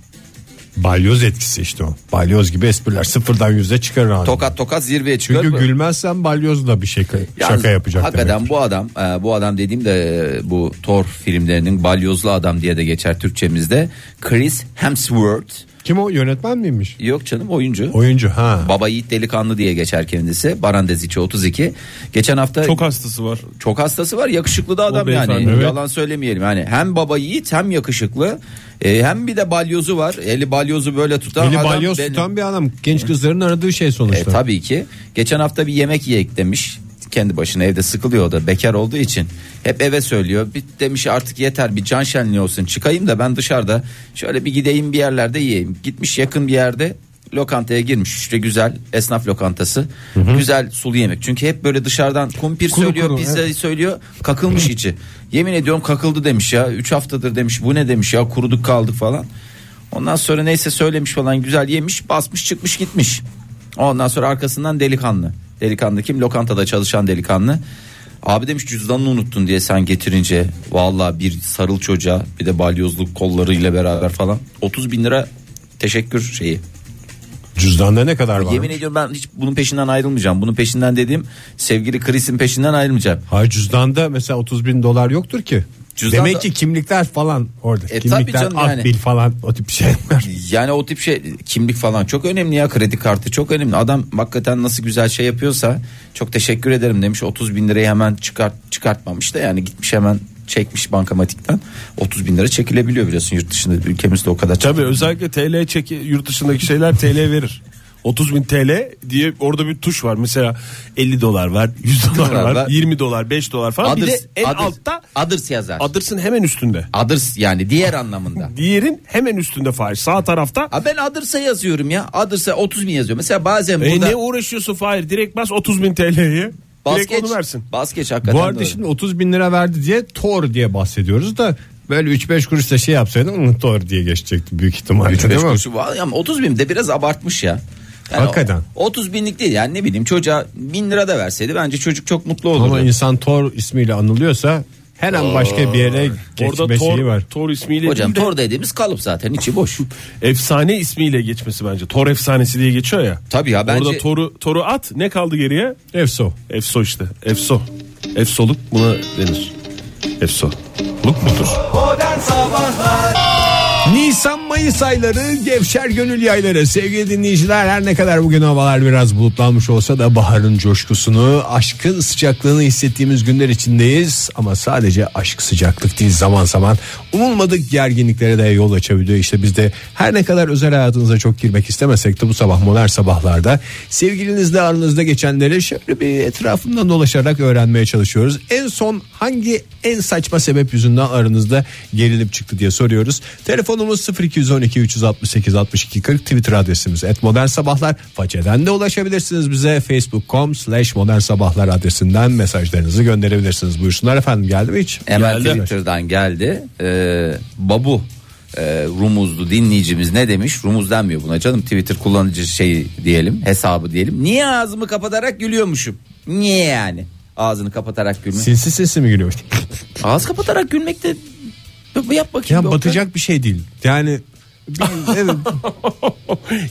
Balyoz etkisi işte o. Balyoz gibi espriler sıfırdan yüze çıkarır abi. Tokat tokat zirveye çıkıyor. Çünkü Bu- gülmezsen balyoz da bir şaka, Yalnız şaka yapacak Hakikaten demek. bu adam e, bu adam dediğim de e, bu Thor filmlerinin balyozlu adam diye de geçer Türkçemizde. Chris Hemsworth Kim o yönetmen miymiş? yok canım oyuncu. Oyuncu ha. Baba Yiğit Delikanlı diye geçer kendisi. Barandez içi 32. Geçen hafta Çok hastası var. çok hastası var yakışıklı da adam yani beyefendi, evet. yalan söylemeyelim yani hem baba yiğit hem yakışıklı E, hem bir de balyozu var eli balyozu böyle tutan Eli adam balyoz benim. tutan bir adam. Genç kızların aradığı şey E, sonuçta. tabii ki geçen hafta bir yemek yiyek demiş kendi başına evde sıkılıyor o da bekar olduğu için hep eve söylüyor bir demiş artık yeter bir can şenliği olsun çıkayım da ben dışarıda şöyle bir gideyim bir yerlerde yiyeyim gitmiş yakın bir yerde lokantaya girmiş işte güzel esnaf lokantası güzel sulu yemek çünkü hep böyle dışarıdan kumpir Kuru söylüyor kuru, pizza söylüyor kakılmış içi yemin ediyorum kakıldı demiş ya 3 haftadır demiş bu ne demiş ya kuruduk kaldık falan ondan sonra neyse söylemiş falan güzel yemiş basmış çıkmış gitmiş ondan sonra arkasından delikanlı delikanlı kim lokantada çalışan delikanlı abi demiş cüzdanını unuttun diye sen getirince valla bir sarıl çocuğa bir de balyozluk kollarıyla beraber falan 30 bin lira teşekkür şeyi Cüzdanda ne kadar var? yemin ediyorum ben hiç bunun peşinden ayrılmayacağım bunun peşinden dediğim sevgili Chris'in peşinden ayrılmayacağım Hayır cüzdanda mesela 30 bin dolar yoktur ki. Cüzdanda- E, Demek ki kimlikler falan orada. tabii kimlikler, canım at yani. bil falan o tip şeyler. Yani o tip şey kimlik falan çok önemli ya kredi kartı çok önemli. Adam hakikaten nasıl güzel şey yapıyorsa çok teşekkür ederim demiş 30 bin lirayı hemen çıkart, çıkartmamış da yani gitmiş hemen çekmiş bankamatikten 30 bin lira çekilebiliyor biliyorsun yurt dışında ülkemizde o kadar Tabii çekil- özellikle TL çeki yurt dışındaki şeyler TL verir. 30 bin TL diye orada bir tuş var. Mesela 50 dolar var, 100 dolar Dolar var. var, 20 dolar, 5 dolar falan. bir de en others- altta others yazar. adırsın hemen üstünde. Others yani diğer anlamında. Diğerin hemen üstünde faiz. Sağ tarafta Ha ben adırsa yazıyorum ya. Adırsa 30 bin yazıyor. Mesela bazen e, burada ne uğraşıyorsun Fahir? Direkt bas 30 bin TL'yi. Direkt baskeç, onu versin. baskeç hakikaten Bu arada doğru. şimdi 30 bin lira verdi diye Tor diye bahsediyoruz da böyle 3-5 kuruş da şey yapsaydın "Hı, Tor diye geçecekti büyük ihtimalle. Üç beş değil mi? kuruşu var ama 30 bin de biraz abartmış ya. Yani Hakikaten. o- 30 binlik değil yani ne bileyim çocuğa 1000 lira da verseydi bence çocuk çok mutlu olurdu. Ama insan Tor ismiyle anılıyorsa her an başka bir yere geçme Orada şeyi Thor, var. Thor ismiyle Hocam değil de tor dediğimiz kalıp zaten içi boş. efsane ismiyle geçmesi bence. Thor efsanesi diye geçiyor ya. Tabii ya bence Orada Thor'u Thor'u at ne kaldı geriye? Efso. Efso işte. Efso. Efsoluk buna denir. Efso. Luk mudur? Modern Sabahlar Nisan Mayıs ayları gevşer gönül yayları sevgili dinleyiciler her ne kadar bugün havalar biraz bulutlanmış olsa da baharın coşkusunu aşkın sıcaklığını hissettiğimiz günler içindeyiz ama sadece aşk sıcaklık değil zaman zaman umulmadık gerginliklere de yol açabiliyor işte biz de her ne kadar özel hayatınıza çok girmek istemesek de bu sabah modern sabahlarda sevgilinizle aranızda geçenleri şöyle bir etrafından dolaşarak öğrenmeye çalışıyoruz en son hangi en saçma sebep yüzünden aranızda gerilip çıktı diye soruyoruz. Telefonumuz 0212 368 62 40 Twitter adresimiz et modern sabahlar. Façeden de ulaşabilirsiniz bize facebook.com slash modern sabahlar adresinden mesajlarınızı gönderebilirsiniz. Buyursunlar efendim geldi mi hiç? Emel Geldi. Twitter'dan geldi. Ee, babu e, Rumuzlu dinleyicimiz ne demiş? Rumuz denmiyor buna canım. Twitter kullanıcı şey diyelim, hesabı diyelim. Niye ağzımı kapatarak gülüyormuşum? Niye yani? Ağzını kapatarak gülmek. Sinsi sesi mi gülüyor? Ağız kapatarak gülmek de yap bakayım. Ya bir Oktay. batacak bir şey değil. Yani bir- evet,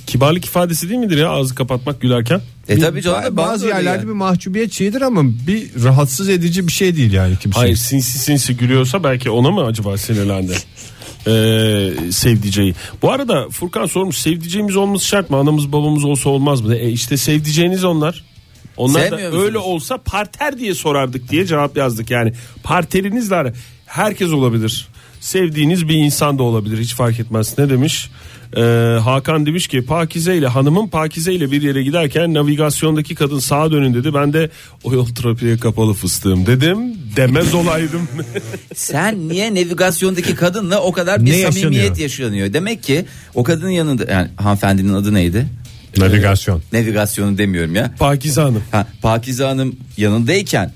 Kibarlık ifadesi değil midir ya ağzı kapatmak gülerken? E tabii canım da bazı bana da öyle yerlerde yani. bir mahcubiyet şeyidir ama bir rahatsız edici bir şey değil yani kimse. Hayır sinsi sinsi gülüyorsa belki ona mı acaba sinirlendi? Ee, sevdiceği. Bu arada Furkan sormuş sevdiceğimiz olması şart mı? Anamız babamız olsa olmaz mı? E işte sevdiceğiniz onlar. Onlar Sevmiyor da musunuz? öyle olsa parter diye sorardık diye cevap yazdık. Yani parterinizle ara- herkes olabilir. Sevdiğiniz bir insan da olabilir hiç fark etmez. Ne demiş? Ee, Hakan demiş ki Pakize ile hanımın Pakize ile bir yere giderken navigasyondaki kadın sağa dönün dedi. Ben de o yol trafiğe kapalı fıstığım dedim. Demez olaydım. Sen niye navigasyondaki kadınla o kadar bir Ne yaşanıyor? samimiyet yaşanıyor? Demek ki o kadının yanında yani hanımefendinin adı neydi? Ee, Navigasyon. Navigasyonu demiyorum ya. Pakize Hanım. Ha, Pakize Hanım yanındayken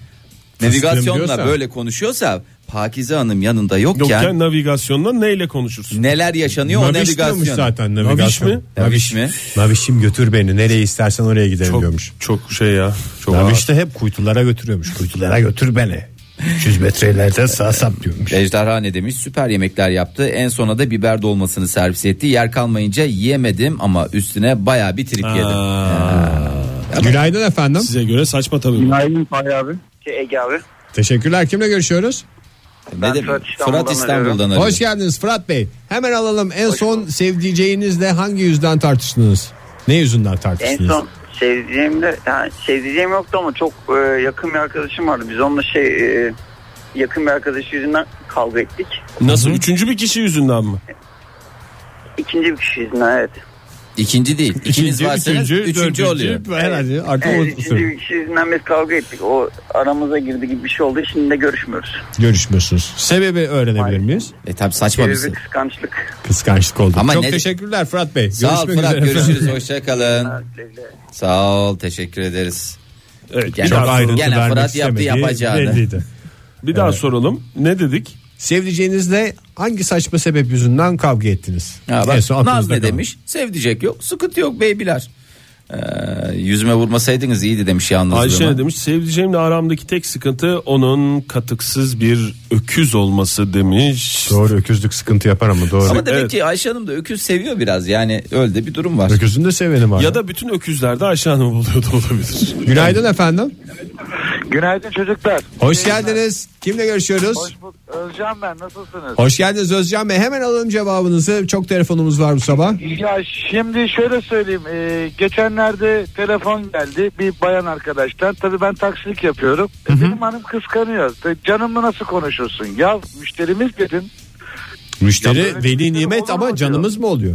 diyorsa. navigasyonla böyle konuşuyorsa Pakize Hanım yanında yokken, Yokken navigasyonla neyle konuşursun? neler yaşanıyor o Naviş diyormuş navigasyon. zaten Naviş navigasyon. mi? Naviş mi? Navişim götür beni nereye istersen oraya gidelim Çok, diyormuş. çok şey ya. Çok ağır. Naviş de hep kuytulara götürüyormuş. Kuytulara götür beni. 300 metrelerde sağ sap diyormuş. Ejderha ne demiş? Süper yemekler yaptı. En sona da biber dolmasını servis etti. Yer kalmayınca yiyemedim ama üstüne baya bir trip yedim. Günaydın efendim. Size göre saçma tabii. bu. Günaydın Fahri abi. Şey, Ege abi. Teşekkürler. Kimle görüşüyoruz? Ne Ben de- Fırat İstanbul'dan Fırat İstanbul'dan arıyor. Hoş geldiniz Fırat Bey. Hemen alalım en son sevdiceğinizle hangi yüzden tartıştınız? Ne yüzünden En tartıştınız? son sevdiğimde yani sevdiğim yoktu ama çok e, yakın bir arkadaşım vardı. Biz onunla şey e, yakın bir arkadaş yüzünden kavga ettik. Nasıl? Üçüncü bir kişi yüzünden mi? İkinci bir kişi yüzünden evet. İkinci değil. İkiniz İkinci, varsanız üçüncü, dördüncü. oluyor. Herhalde artık Evet, o üçüncü bir kişi yüzünden biz kavga ettik. O aramıza girdi gibi bir şey oldu. Şimdi de görüşmüyoruz. görüşmüyorsunuz. Sebebi öğrenebilir miyiz? E tabi saçma bir şey. Sebebi kıskançlık. Kıskançlık oldu. Ama Çok ne- teşekkürler Fırat Bey. Sağ ol Görüşmek Fırat üzere efendim. görüşürüz hoşçakalın. Sevgiler. Sağ ol teşekkür ederiz. Evet. Yani- bir daha, Çok ayrıntı Gene vermek Fırat yaptı istemediği yapacağını. belliydi. bir daha soralım. Ne dedik? Sevdiceğinizle hangi saçma sebep yüzünden kavga ettiniz? Ha, En son bak, Naz aklınızda ne kalan. demiş? Sevdicek yok sıkıntı yok beybiler. Ee, yüzüme vurmasaydınız iyiydi demiş yalnızlığıma. Ayşe ne demiş? Sevdiceğimle aramdaki tek sıkıntı onun katıksız bir öküz olması demiş. Doğru öküzlük sıkıntı yapar ama doğru. Ama demek Evet. ki Ayşe Hanım da öküz seviyor biraz yani öyle de bir durum var. Öküzün de seveni var. Ya da bütün öküzlerde Ayşe Hanım oluyor da olabilir. Günaydın efendim. Günaydın çocuklar. Hoş geldiniz. Kimle görüşüyoruz? Hoş, Hoş bulduk. Özcan ben nasılsınız? geldiniz Özcan Bey. Hemen alalım cevabınızı. Çok telefonumuz var bu sabah. Ya şimdi şöyle söyleyeyim. Ee, geçenlerde telefon geldi bir bayan arkadaştan. Tabii ben taksilik yapıyorum. E, Benim hanım kıskanıyor. De, Canımla nasıl konuşursun? Ya müşterimiz dedim. Müşteri Ya böyle veli bir nimet olur mu ama diyor. canımız mı oluyor?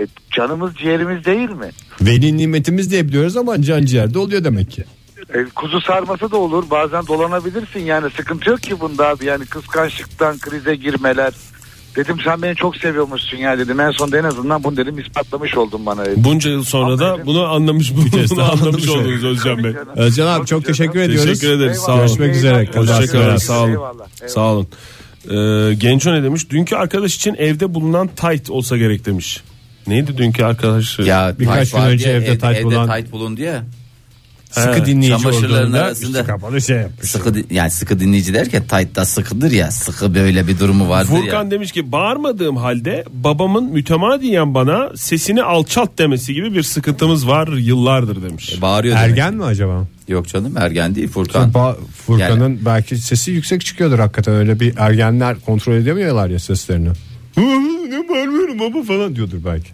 E, canımız ciğerimiz değil mi? Veli nimetimiz diye biliyoruz ama can ciğerde oluyor demek ki. E, kuzu sarması da olur. Bazen dolanabilirsin. Yani sıkıntı yok ki bunda abi. Yani kıskançlıktan krize girmeler. Dedim sen beni çok seviyormuşsun ya dedim. En sonunda en azından bunu dedim ispatlamış oldun bana dedim. Bunca yıl sonra da Aferin. bunu anlamış bu kez bunu daha anlamış anlamış olduk. oldunuz Özcan Bey. Özcan abi çok teşekkür ediyoruz. Teşekkür ederiz. Sağ olun. Görüşmek üzere. Hoşçakalın. Sağ olun. Eyvallah, eyvallah. Sağ olun. Ee, Genco ne demiş? Dünkü arkadaş için evde bulunan tight olsa gerek demiş. Neydi dünkü arkadaş? Ya Birkaç tayt gün var önce diye, evde ev- tayt bulan- tayt bulundu ya. Sıkı He, dinleyici çamaşırların olduğunda arasında. üstü kapalı şey yapmış. Sıkı di- yani sıkı dinleyici derken taytta sıkıdır ya. Sıkı böyle bir durumu vardır Furkan ya. demiş ki bağırmadığım halde babamın mütemadiyen bana sesini alçalt demesi gibi bir sıkıntımız var yıllardır demiş. Bağırıyor demek. Ergen mi acaba? Yok canım ergen değil Furkan. Ba- Furkan'ın belki sesi yüksek çıkıyordur hakikaten öyle bir ergenler kontrol edemiyorlar ya seslerini. Hı hı, ne bağırmıyorum baba falan diyordur belki.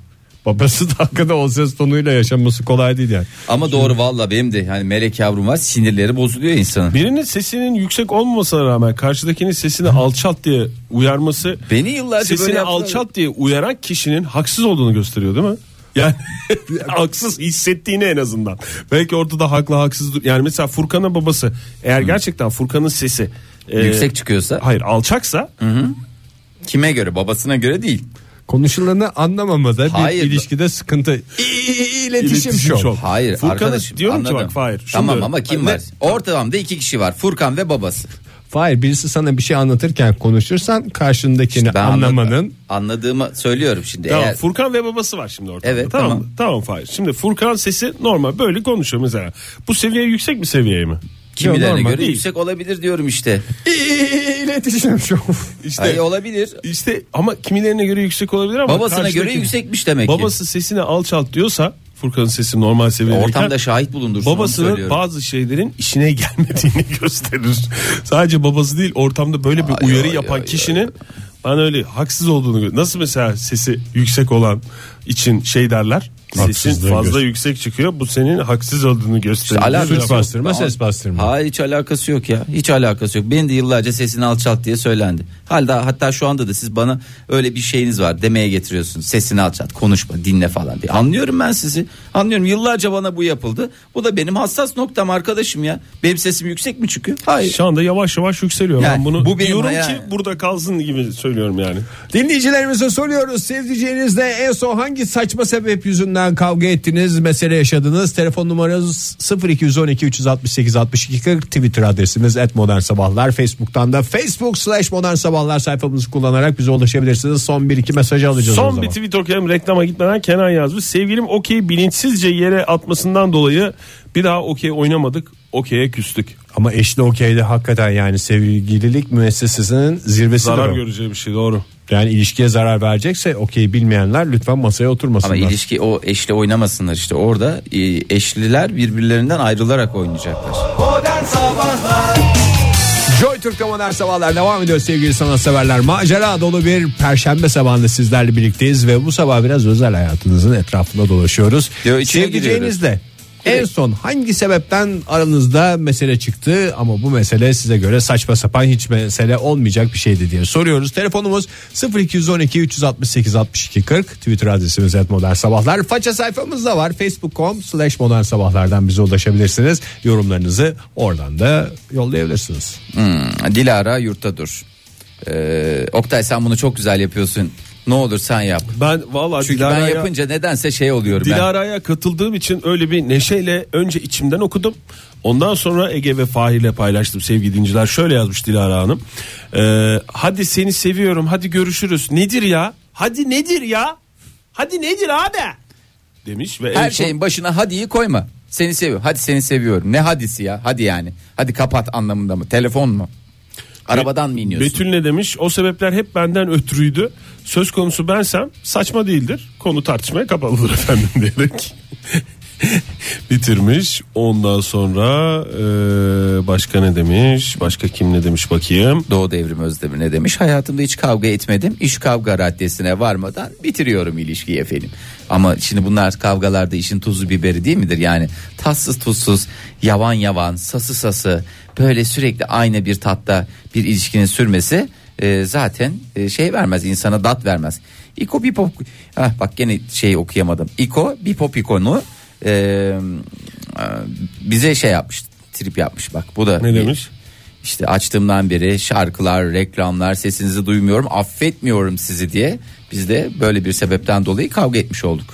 Babası da hakikaten o ses tonuyla yaşanması kolay değil yani. Ama doğru valla benim de hani melek yavrum var sinirleri bozuluyor insanın. Birinin sesinin yüksek olmamasına rağmen karşıdakinin sesini alçalt diye uyarması Beni yıllarca böyle sesini yaptılar. alçalt diye uyaran kişinin haksız olduğunu gösteriyor değil mi? Yani haksız hissettiğini en azından. Belki ortada haklı haksız yani mesela Furkan'ın babası eğer gerçekten Furkan'ın sesi e, Yüksek çıkıyorsa hayır alçaksa kime göre babasına göre değil. Konuşulanı anlamamada bir Hayır. ilişkide sıkıntı. İ- i- i- İletişim, şov. Hayır Furkan'ı arkadaşım diyorum ki anladım. bak Fahir. şunu Tamam diyorum. ama kim Ne- var? Ortamda iki kişi var Furkan ve babası. Hayır birisi sana bir şey anlatırken konuşursan karşındakini Ben anla- anlamanın anladığımı söylüyorum şimdi. Tamam Eğer- Furkan ve babası var şimdi ortada. Evet, tamam. tamam. mı? Tamam Fahir. Şimdi Furkan sesi normal böyle konuşuyor mesela. Bu seviye yüksek bir seviye mi? Kimilerine Yok, normal göre değil. yüksek olabilir diyorum işte. İ- i- i- iletişim şov. İşte Hayır olabilir. işte ama kimilerine göre yüksek olabilir ama Babasına göre karşıdaki- yüksekmiş demek ki. Babası sesini alçalt diyorsa Furkan'ın sesi normal seviyedeyken Ortamda şahit bulundursun. onu babasının söylüyorum. bazı şeylerin işine gelmediğini gösterir. Sadece babası değil ortamda böyle bir Ay, uyarı ay, yapan ay, kişinin ben öyle haksız olduğunu gö- nasıl mesela sesi yüksek olan için şey derler sesin Haksızlığı fazla göster- yüksek çıkıyor bu senin haksız olduğunu gösteriyor. alakası Kusura Süt yok. bakma. bastırma ses bastırma. Ha hiç alakası yok ya. Hiç alakası yok. Benim de yıllarca sesini alçalt diye söylendi. Halda hatta şu anda da siz bana öyle bir şeyiniz var demeye getiriyorsunuz. Sesini alçalt, konuşma, dinle falan diye. Anlıyorum ben sizi. Anlıyorum. Yıllarca bana bu yapıldı. Bu da benim hassas noktam arkadaşım ya. Benim sesim yüksek mi çıkıyor? Hayır. Şu anda yavaş yavaş yükseliyor. ben Yani bunu bu benim diyorum hayal- ki burada kalsın gibi söylüyorum yani. Dinleyicilerimize soruyoruz. Sevdiceğinizle en son hangi saçma sebep yüzünden kavga ettiniz, mesele yaşadınız? Telefon numaranız 0212 368 62 40. Twitter adresimiz @modernsabahlar. Facebook'tan da facebook slash modern sabahlar sayfamızı kullanarak bize ulaşabilirsiniz. Son 1-2 mesaj alacağız o Son zaman. bir tweet okuyalım reklama gitmeden Kenan yazmış. Sevgilim okey bilinçsizce yere atmasından dolayı bir daha okey oynamadık. Okey'e küstük. Ama eşli okeyde hakikaten yani sevgililik müessesesinin zirvesi. Zarar göreceği bir şey doğru. Yani ilişkiye zarar verecekse okey bilmeyenler lütfen masaya oturmasınlar. Ama ilişki o eşle oynamasınlar işte orada e, eşliler birbirlerinden ayrılarak oynayacaklar. Modern Sabahlar Joy Türk'te modern sabahlar devam ediyor sevgili sanatseverler. Macera dolu bir perşembe sabahında sizlerle birlikteyiz ve bu sabah biraz özel hayatınızın etrafında dolaşıyoruz. Yo, içine Sevdiceğinizle en son hangi sebepten aranızda mesele çıktı ama bu mesele size göre saçma sapan hiç mesele olmayacak bir şeydi diye soruyoruz. Telefonumuz 0212 368 62 40 Twitter adresimiz et modern sabahlar. Faça sayfamız da var facebook.com slash modern sabahlardan bize ulaşabilirsiniz. Yorumlarınızı oradan da yollayabilirsiniz. Hmm, Dilara yurtta dur. Ee, Oktay sen bunu çok güzel yapıyorsun. Ne olur sen yap. Ben vallahi Çünkü ben Dilara'ya- yapınca nedense şey oluyorum ben. Dilara'ya katıldığım için öyle bir neşeyle önce içimden okudum. Ondan sonra Ege ve Fahir ile paylaştım sevgili dinciler. Şöyle yazmış Dilara Hanım. Ee, hadi seni seviyorum hadi görüşürüz. Nedir ya? Hadi nedir ya? Hadi nedir abi? Demiş ve en Her şey son- şeyin başına hadiyi koyma. Seni seviyorum. Hadi seni seviyorum. Ne hadisi ya? Hadi yani. Hadi kapat anlamında mı? Telefon mu? Arabadan mı iniyorsun? Betül ne demiş? O sebepler hep benden ötürüydü. Söz konusu bensem saçma değildir. Konu tartışmaya kapalıdır efendim diyerek. bitirmiş. Ondan sonra e, başka ne demiş? Başka kim ne demiş bakayım? Doğu Devrim Özdemir ne demiş? Hayatımda hiç kavga etmedim. İş kavga raddesine varmadan bitiriyorum ilişkiyi efendim. Ama şimdi bunlar kavgalarda işin tuzu biberi değil midir? Yani tatsız tuzsuz, yavan yavan, sası sası böyle sürekli aynı bir tatta bir ilişkinin sürmesi e, zaten e, şey vermez insana dat vermez. İko bipop ah, bak gene şey okuyamadım. İko bipopikonu e, e, bize şey yapmış trip yapmış bak bu da Ne bir- demiş? işte açtığımdan beri şarkılar, reklamlar, sesinizi duymuyorum, affetmiyorum sizi diye biz de böyle bir sebepten dolayı kavga etmiş olduk.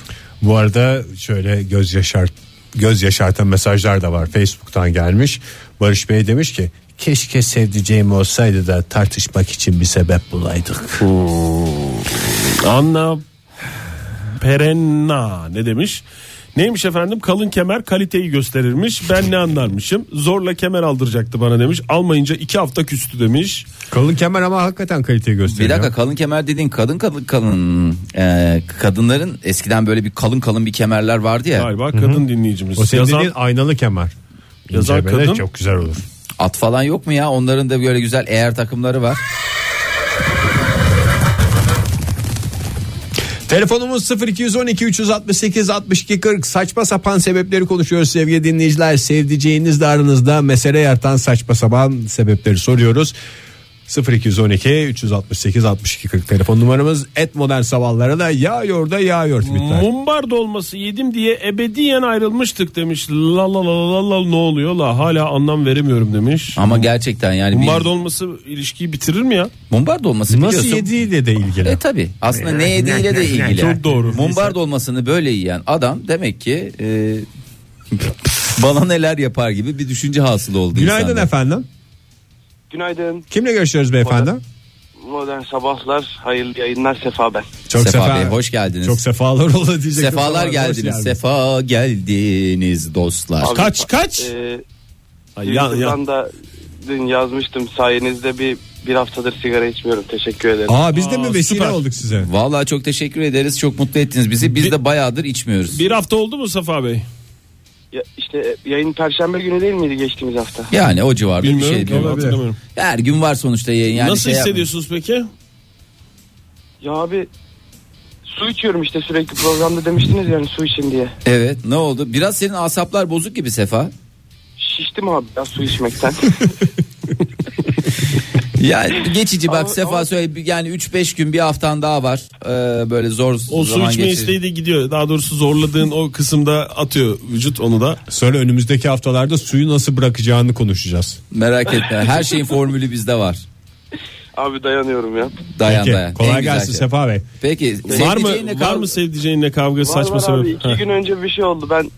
Bu arada şöyle göz yaşart göz yaşartan mesajlar da var. Facebook'tan gelmiş. Barış Bey demiş ki keşke sevdiceğim olsaydı da tartışmak için bir sebep bulaydık. Anna Perenna ne demiş? Neymiş efendim kalın kemer kaliteyi gösterirmiş ben ne anlarmışım zorla kemer aldıracaktı bana demiş almayınca iki hafta küstü demiş Kalın kemer ama hakikaten kaliteyi Bir gösteriyor. dakika kalın kemer dediğin kadın kalın kalın e, kadınların eskiden böyle bir kalın kalın bir kemerler vardı ya galiba kadın dinleyicimiz O senin Yazan- dediğin aynalı kemer. Yazan İnce böyle kadın- çok güzel olur. at falan yok mu ya onların da böyle güzel eğer takımları var. Telefonumuz 0212 368 62 40 saçma sapan sebepleri konuşuyoruz sevgili dinleyiciler. Sevdiceğinizle aranızda mesele yaratan saçma sapan sebepleri soruyoruz. 0212 368 62 40 telefon numaramız et modern sabahlara da yağıyor da yağıyor Twitter. Mumbar dolması yedim diye ebediyen ayrılmıştık demiş. La la la la la ne oluyor la hala anlam veremiyorum demiş. Ama gerçekten yani bir- Mumbar dolması ilişkiyi bitirir mi ya? mumbar dolması Nasıl biliyorsun. yediğiyle de ilgili. E tabi aslında ne yediğiyle de ilgili. Çok doğru. Mumbar dolmasını böyle yiyen adam demek ki e, bana neler yapar gibi bir düşünce hasıl oldu Günaydın insanda. efendim. Günaydın. Kimle görüşüyoruz beyefendi? Modern sabahlar. Hayırlı yayınlar Sefa ben. Çok Sefa Bey, hoş geldiniz. Çok sefalar oldu diyecektim. Sefalar Hoş geldiniz. geldiniz. Sefa geldiniz dostlar. Abi, Kaç, kaç? E, Ay, yan- yan- Twitter'dan da dün yazmıştım sayenizde bir bir haftadır sigara içmiyorum teşekkür ederim. Aa biz de Aa, mi vesile süper. olduk size? Vallahi çok teşekkür ederiz. Çok mutlu ettiniz bizi. Biz Bir- de bayağıdır içmiyoruz. Bir hafta oldu mu Safa Bey? Ya, işte e, yayın perşembe günü değil miydi geçtiğimiz hafta? Yani o civarda bir Bilmiyorum. şey ki, diyor. hatırlamıyorum. Her gün var sonuçta yayın. Yani Nasıl şey hissediyorsunuz peki? Ya abi su içiyorum işte sürekli programda demiştiniz yani su için diye. yapma. Evet ne oldu? Biraz senin asaplar bozuk gibi Sefa. Şiştim abi ya su içmekten. Yani geçici bak Ama- Sefa ama- söyle yani 3-5 gün bir haftan daha var. Ee, böyle zor O su zaman içme geçir- isteği de gidiyor. Daha doğrusu zorladığın o kısımda atıyor vücut onu da. Sonra önümüzdeki haftalarda suyu nasıl bırakacağını konuşacağız. Merak etme. Her şeyin formülü bizde var. abi dayanıyorum ya. Dayan Peki, dayan. En kolay güzel gelsin şey. Sefa Bey. Peki. Var mı sevdiceğinle var kal- mı sevdiceğinle kavga Var saçma var sebep? abi iki Heh. gün önce bir şey oldu ben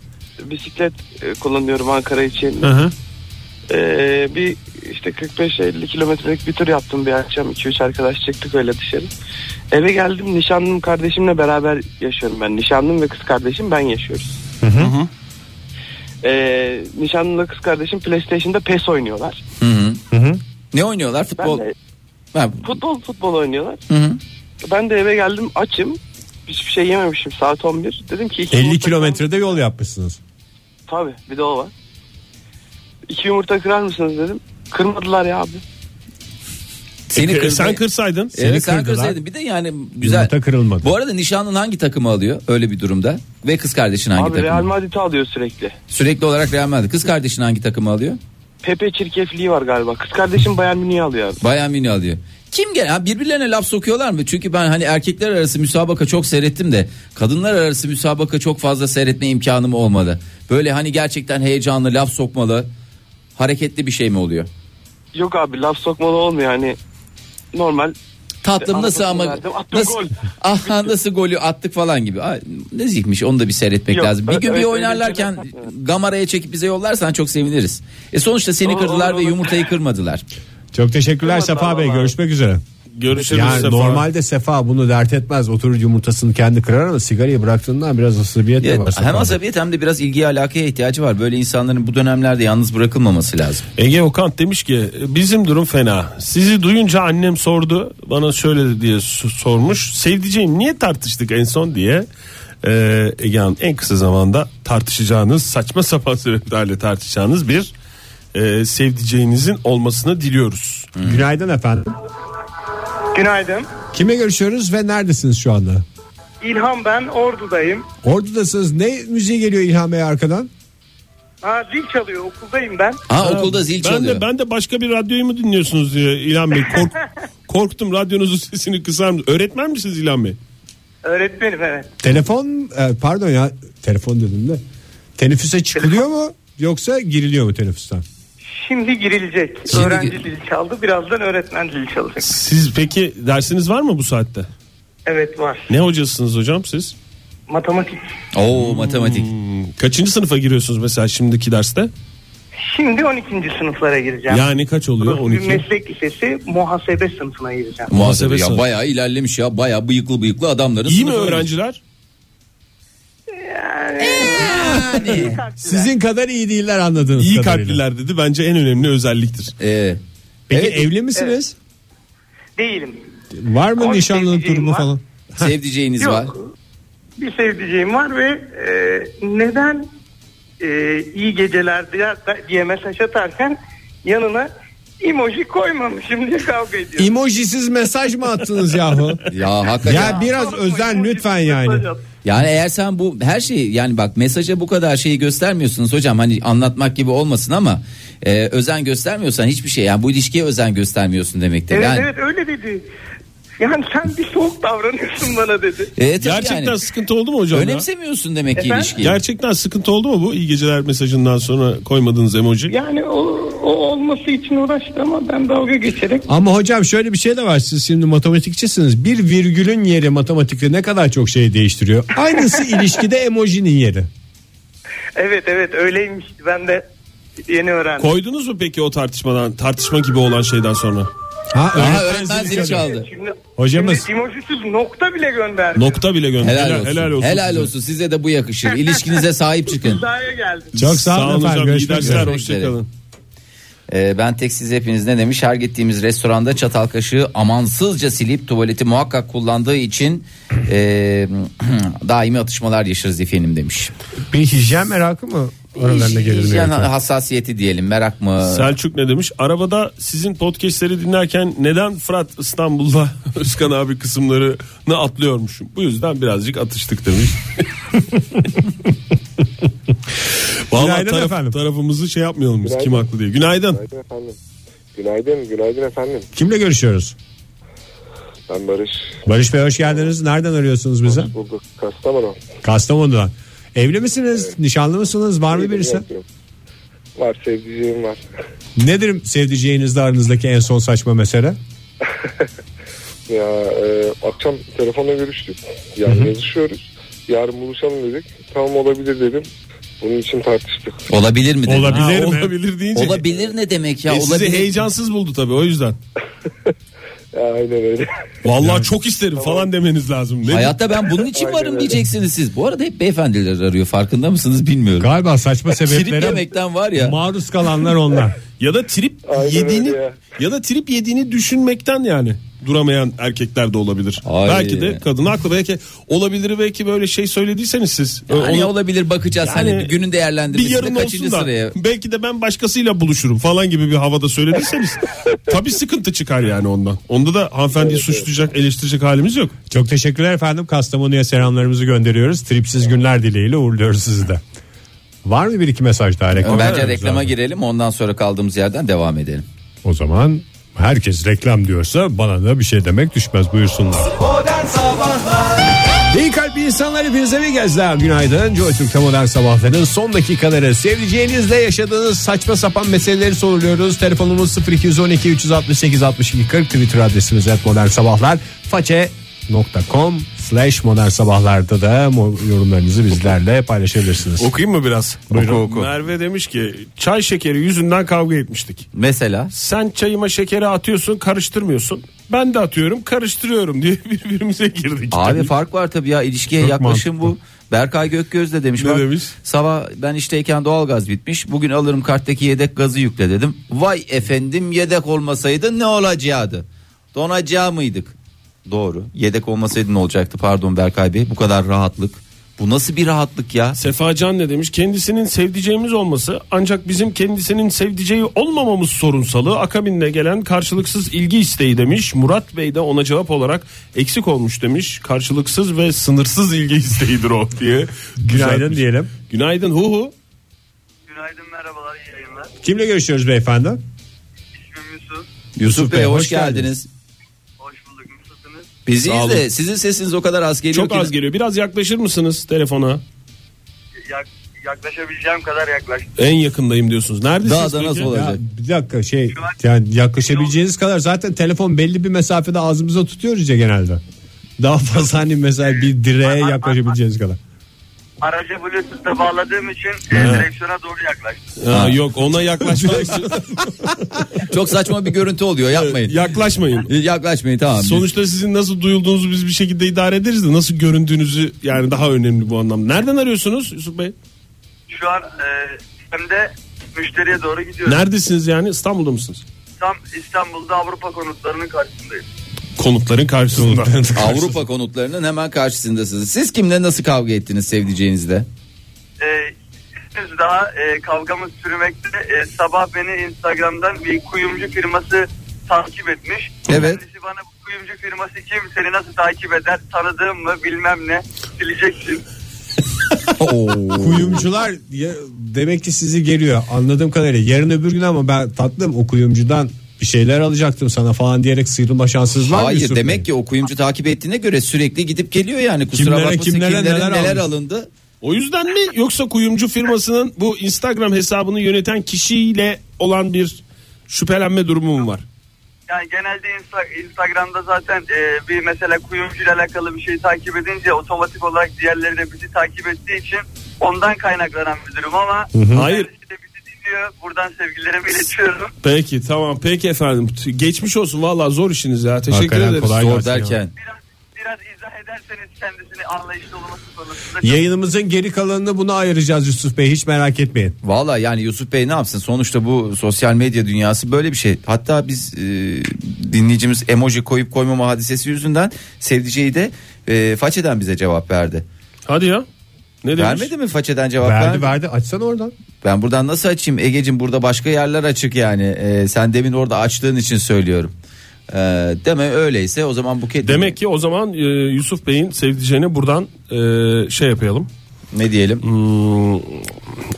bisiklet e, kullanıyorum Ankara için. Hı hı. Ee, bir işte 45-50 kilometrelik bir tur yaptım bir akşam. 2-3 arkadaş çıktık öyle dışarı. Eve geldim nişanlım kardeşimle beraber yaşıyorum ben. Nişanlım ve kız kardeşim ben yaşıyoruz. Ee, nişanlımla kız kardeşim PlayStation'da PES oynuyorlar. Hı hı. Ne oynuyorlar Ben futbol? de Ha, futbol futbol oynuyorlar. Hı hı. Ben de eve geldim açım. Hiçbir şey yememişim saat 11. Dedim ki iki 50 yumurta kırar- kilometrede yol yapmışsınız. Tabii bir de o var. İki yumurta kırar mısınız dedim. Kırmadılar ya abi. Seni E, kırdı- Sen kırsaydın. Evet, sen kırdılar. kırsaydın. Bir de yani güzel. Yumurta kırılmadı. Bu arada nişanlın hangi takımı alıyor öyle bir durumda? Ve kız kardeşin hangi Abi takımı? Real Madrid'i alıyor sürekli. Sürekli olarak Real Madrid. Kız kardeşin hangi takımı alıyor? Pepe çirkefliği var galiba. Kız kardeşim Bayern Münih'i alıyor abi. Bayern Münih alıyor. Kim gel? Ha, birbirlerine laf sokuyorlar mı? Çünkü ben hani erkekler arası müsabaka çok seyrettim de kadınlar arası müsabaka çok fazla seyretme imkanım olmadı. Böyle hani gerçekten heyecanlı laf sokmalı hareketli bir şey mi oluyor? Yok abi laf sokmalı olmuyor hani normal. Tatlım nasıl Anadolu'da ama verdim, attım nasıl, gol. aha, nasıl golü attık falan gibi. Ay, ne zikmiş onu da bir seyretmek Yok, lazım. Bir öyle- gün bir öyle- oynarlarken öyle şeyler gamaraya çekip bize yollarsan çok seviniriz. E sonuçta seni Olur, kırdılar olur, ve olur. yumurtayı kırmadılar. Çok teşekkürler Kırmadı Sefa ama Bey. abi. Görüşmek üzere. Görüşürüz Yani Sefa. normalde Sefa bunu dert etmez. Oturur yumurtasını kendi kırar ama sigarayı bıraktığından biraz asabiyet de Ya, var. hem Sefa'da. asabiyet hem de biraz ilgiye alakaya ihtiyacı var. Böyle insanların bu dönemlerde yalnız bırakılmaması lazım. Ege Okan demiş ki bizim durum fena. Sizi duyunca annem sordu bana şöyle diye s- sormuş. Sevdiceğim niye tartıştık en son diye. Ee, Ege Hanım en kısa zamanda tartışacağınız saçma sapan sebeplerle tartışacağınız bir e, sevdiceğinizin olmasını diliyoruz. Günaydın efendim. Günaydın. Kime görüşüyoruz ve neredesiniz şu anda? İlham ben Ordu'dayım. Ordu'dasınız. Ne müziği geliyor İlham Bey arkadan? Ha, zil çalıyor okuldayım ben. Ha, okulda zil Ben çalıyor. de, ben de başka bir radyoyu mu dinliyorsunuz diyor İlhan Bey. Kork, korktum radyonuzun sesini kısar mısınız? Öğretmen misiniz İlhan Bey? Öğretmenim evet. Telefon e, pardon ya telefon dedim de. Teneffüse çıkılıyor mu yoksa giriliyor mu teneffüsten? Şimdi girilecek. Şimdi Öğrenci gi- zil çaldı. Birazdan öğretmen zil çalacak. Siz peki dersiniz var mı bu saatte? Evet var. Ne hocasınız hocam siz? Matematik. Oo Hmm, matematik. Kaçıncı sınıfa giriyorsunuz mesela şimdiki derste? Şimdi 12. sınıflara gireceğim. Yani kaç oluyor? Burası bir 12. meslek lisesi muhasebe sınıfına gireceğim. Muhasebe ya sınıfı. bayağı ilerlemiş ya. Bayağı bıyıklı bıyıklı adamların. İyi mi sınıfı. öğrenciler? Sizin kadar iyi değiller anladığınız İyi kadarıyla. kalpliler dedi. Bence en önemli özelliktir. Ee, Peki Evet. evli misiniz? Değilim. Var mı On nişanlılık sevdiceğim durumu şey var. falan? sevdiceğiniz Yok. var. Bir sevdiceğim var ve e, neden e, iyi geceler diye, diye mesaj atarken yanına emoji koymamışım diye kavga ediyorum. Emojisiz mesaj mı attınız yahu? Ya hakikaten. ya biraz özen lütfen yani. Mesaj at. Yani eğer sen bu her şeyi yani bak mesaja bu kadar şeyi göstermiyorsunuz hocam hani anlatmak gibi olmasın ama e, özen göstermiyorsan hiçbir şey yani bu ilişkiye özen göstermiyorsun demektir. Evet yani, evet öyle dedi. Yani sen bir soğuk davranıyorsun bana dedi. E, tabii Gerçekten yani. sıkıntı oldu mu hocam ya? Önemsemiyorsun demek ki Efendim? ilişkiyi. Gerçekten sıkıntı oldu mu bu iyi geceler mesajından sonra koymadığınız emoji? Yani o, o olması için uğraştı ama ben dalga geçerek Ama hocam şöyle bir şey de var siz şimdi matematikçisiniz. Bir virgülün yeri matematikte ne kadar çok şey değiştiriyor. Aynısı ilişkide emojinin yeri. evet evet öyleymiş ben de yeni öğrendim. Koydunuz mu peki o tartışmadan, tartışma gibi olan şeyden sonra? Ha, Aha, öğretmen öğretmen zili zili çalıyor. çaldı. Şimdi, Hocamız- şimdi emojisiz nokta bile gönderdi. Nokta bile gönder. Helal, olsun. Helal olsun. size. Size de bu yakışır. İlişkinize sahip çıkın. Hizaya geldi. Çok sağ olun efendim, hocam. İyi görüşmek dersler. üzere. Hoşçakalın. Ee, ben tek siz hepiniz ne demiş her gittiğimiz restoranda çatal kaşığı amansızca silip tuvaleti muhakkak kullandığı için e, daimi atışmalar yaşarız efendim demiş. Bir hijyen merakı mı aralarında gelir? Hijyen hassasiyeti diyelim merak mı? Selçuk ne demiş? Arabada sizin podcastleri dinlerken neden Fırat İstanbul'da Özkan abi kısımlarını atlıyormuşum? Bu yüzden birazcık atıştık demiş. Vallahi Günaydın taraf- efendim. tarafımızı şey yapmayalım biz kim haklı diye. Günaydın. Günaydın efendim. Günaydın, günaydın efendim. Kimle görüşüyoruz? Ben Barış. Barış Bey hoş geldiniz. Nereden arıyorsunuz bizi? Bulduk. Kastamonu. Kastamonu'dan. Evli misiniz? Nişanlı mısınız? Var mı birisi? Yok, yok. Var sevdiceğim var. Nedir sevdiceğinizle aranızdaki en son saçma mesele? Ya e, akşam telefonla görüştük. Yani yazışıyoruz. Yarın buluşalım dedik. Tamam olabilir dedim. Bunun için tartıştık. Olabilir mi? dedim. Olabilir Ha, mi? olabilir deyince. Olabilir ne demek ya? E, sizi olabilir. heyecansız buldu tabii o yüzden. Ya, aynen öyle. Vallahi çok isterim falan demeniz lazım. Ne- Hayatta ben bunun için Aynen varım öyle. diyeceksiniz siz. Bu arada hep beyefendiler arıyor farkında mısınız bilmiyorum. Galiba saçma Trip sebeplere yemekten var ya. maruz kalanlar onlar. Ya da trip Aynen yediğini öyle ya. ya. da trip yediğini düşünmekten yani duramayan erkekler de olabilir. Ay. Belki de kadın haklı belki olabilir belki böyle şey söylediyseniz siz. Ee, Hani onu- olabilir bakacağız hani Yani bir günün bir değerlendirmesinde yarın olsun kaçıncı da sıraya. belki de ben başkasıyla buluşurum falan gibi bir havada söylediyseniz tabii sıkıntı çıkar yani ondan. Onda da hanımefendiyi suçlayacak eleştirecek halimiz yok. Çok teşekkürler efendim. Kastamonu'ya selamlarımızı gönderiyoruz. Tripsiz günler dileğiyle uğurluyoruz sizi de. Var mı bir iki mesaj daha reklam? Bence Var. reklama girelim ondan sonra kaldığımız yerden devam edelim. O zaman herkes reklam diyorsa bana da bir şey demek düşmez buyursunlar. Modern Sabahlar İyi kalp insanlar hepinize bir kez daha günaydın. Joy Türk'te modern sabahların son dakikaları. Sevdiceğinizle yaşadığınız saçma sapan meseleleri soruluyoruz. Telefonumuz 0212 368 62 40 Twitter adresimiz et modern sabahlar. Façe.com slash modern sabahlarda da mo- yorumlarınızı bizlerle paylaşabilirsiniz. Okuyayım mı biraz? Oku, oku. Merve demiş ki çay şekeri yüzünden kavga etmiştik. Mesela sen çayıma şekeri atıyorsun karıştırmıyorsun. Ben de atıyorum karıştırıyorum diye birbirimize girdik. Abi Yani fark var tabii ya ilişkiye yaklaşım bu. Berkay Gökgöz de demiş. Ne bak, demiş? Sabah ben işteyken doğalgaz bitmiş. Bugün alırım karttaki yedek gazı yükle dedim. Vay efendim yedek olmasaydı ne olacaktı? Donacağı mıydık? Doğru. Yedek olmasaydı ne olacaktı? Pardon Berkay Bey bu kadar rahatlık. Bu nasıl bir rahatlık ya? Sefa Can ne demiş? Kendisinin sevdiceğimiz olması ancak bizim kendisinin sevdiceği olmamamız sorunsalı. Akabinde gelen karşılıksız ilgi isteği demiş. Murat Bey de ona cevap olarak eksik olmuş demiş. Karşılıksız ve sınırsız ilgi isteğidir o diye. Günaydın düzeltmiş. diyelim. Günaydın hu hu. Günaydın merhabalar iyi yayınlar. Kimle görüşüyoruz beyefendi? İsmim Yusuf. Yusuf Bey, Bey, hoş hoş geldiniz. Hoş bulduk nasılsınız? Bizi Sağ olun. izle. Sizin sesiniz o kadar az geliyor Çok ki. az geliyor. Biraz yaklaşır mısınız telefona? Yak- yaklaşabileceğim kadar yaklaştım. En yakındayım diyorsunuz. Neredesiniz Daha da peki? nasıl Ya olacak? bir dakika şey yani yaklaşabileceğiniz kadar zaten telefon belli bir mesafede ağzımıza tutuyoruz ya genelde. Daha fazla hani mesela bir direğe yaklaşabileceğiniz kadar. Araca Bluetooth'ta bağladığım için e, direksiyona doğru yaklaştım. Ha, yok ona yaklaşmak için Çok saçma bir görüntü oluyor yapmayın. yaklaşmayın. Yaklaşmayın tamam. Sonuçta sizin nasıl duyulduğunuzu biz bir şekilde idare ederiz de nasıl göründüğünüzü yani daha önemli bu anlamda. Nereden arıyorsunuz Yusuf Bey? Şu an e, hem de müşteriye doğru gidiyorum. Neredesiniz yani İstanbul'da mısınız? Tam İstanbul'da Avrupa konutlarının karşısındayım. Konutların karşısında. Avrupa konutlarının hemen karşısındasınız. Siz kimle nasıl kavga ettiniz sevdiceğinizle? E, henüz daha e, kavgamız sürmekte. E, sabah beni Instagram'dan bir kuyumcu firması takip etmiş. Evet. Kendisi bana bu kuyumcu firması kim seni nasıl takip eder tanıdığım mı bilmem ne sileceksin. Kuyumcular ya- demek ki sizi geliyor anladığım kadarıyla. Yarın öbür gün ama ben tatlım o kuyumcudan bir şeyler alacaktım sana falan diyerek sıyrılma şansınız var mı? Hayır Yusuf Bey? demek ki o kuyumcu takip ettiğine göre sürekli gidip geliyor yani kusura Kimlere, bakmasın kimlere kimlerin neler, neler alındı. O yüzden mi yoksa kuyumcu firmasının bu Instagram hesabını yöneten kişiyle olan bir şüphelenme durumu mu var? Yani genelde insta- Instagram'da zaten e, bir mesela kuyumcuyla alakalı bir şey takip edince otomatik olarak diğerleri de bizi takip ettiği için ondan kaynaklanan bir durum ama Hayır. kendisi de bizi dinliyor. Buradan sevgilerimi iletiyorum. Peki tamam peki efendim. Geçmiş olsun vallahi zor işiniz ya. Teşekkür Hakikaten ederiz. kolay Zor gelsin ya. derken. Biraz, biraz izah ederseniz kendisini anlayışlı olması konusunda. çok- Yayınımızın geri kalanını buna ayıracağız Yusuf Bey hiç merak etmeyin. Valla yani Yusuf Bey ne yapsın sonuçta bu sosyal medya dünyası böyle bir şey. Hatta biz e, dinleyicimiz emoji koyup koymama hadisesi yüzünden Sevdice'yi de e, façeden bize cevap verdi. Hadi ya. Ne demiş? Vermedi mi façeden cevap verdi verdi? verdi açsana oradan. Ben buradan nasıl açayım Ege'cim burada başka yerler açık yani. E, sen demin orada açtığın için söylüyorum. E, deme öyleyse o zaman buket. Demek ki o zaman e, Yusuf Bey'in sevdiceğini buradan e, şey yapalım. Ne diyelim?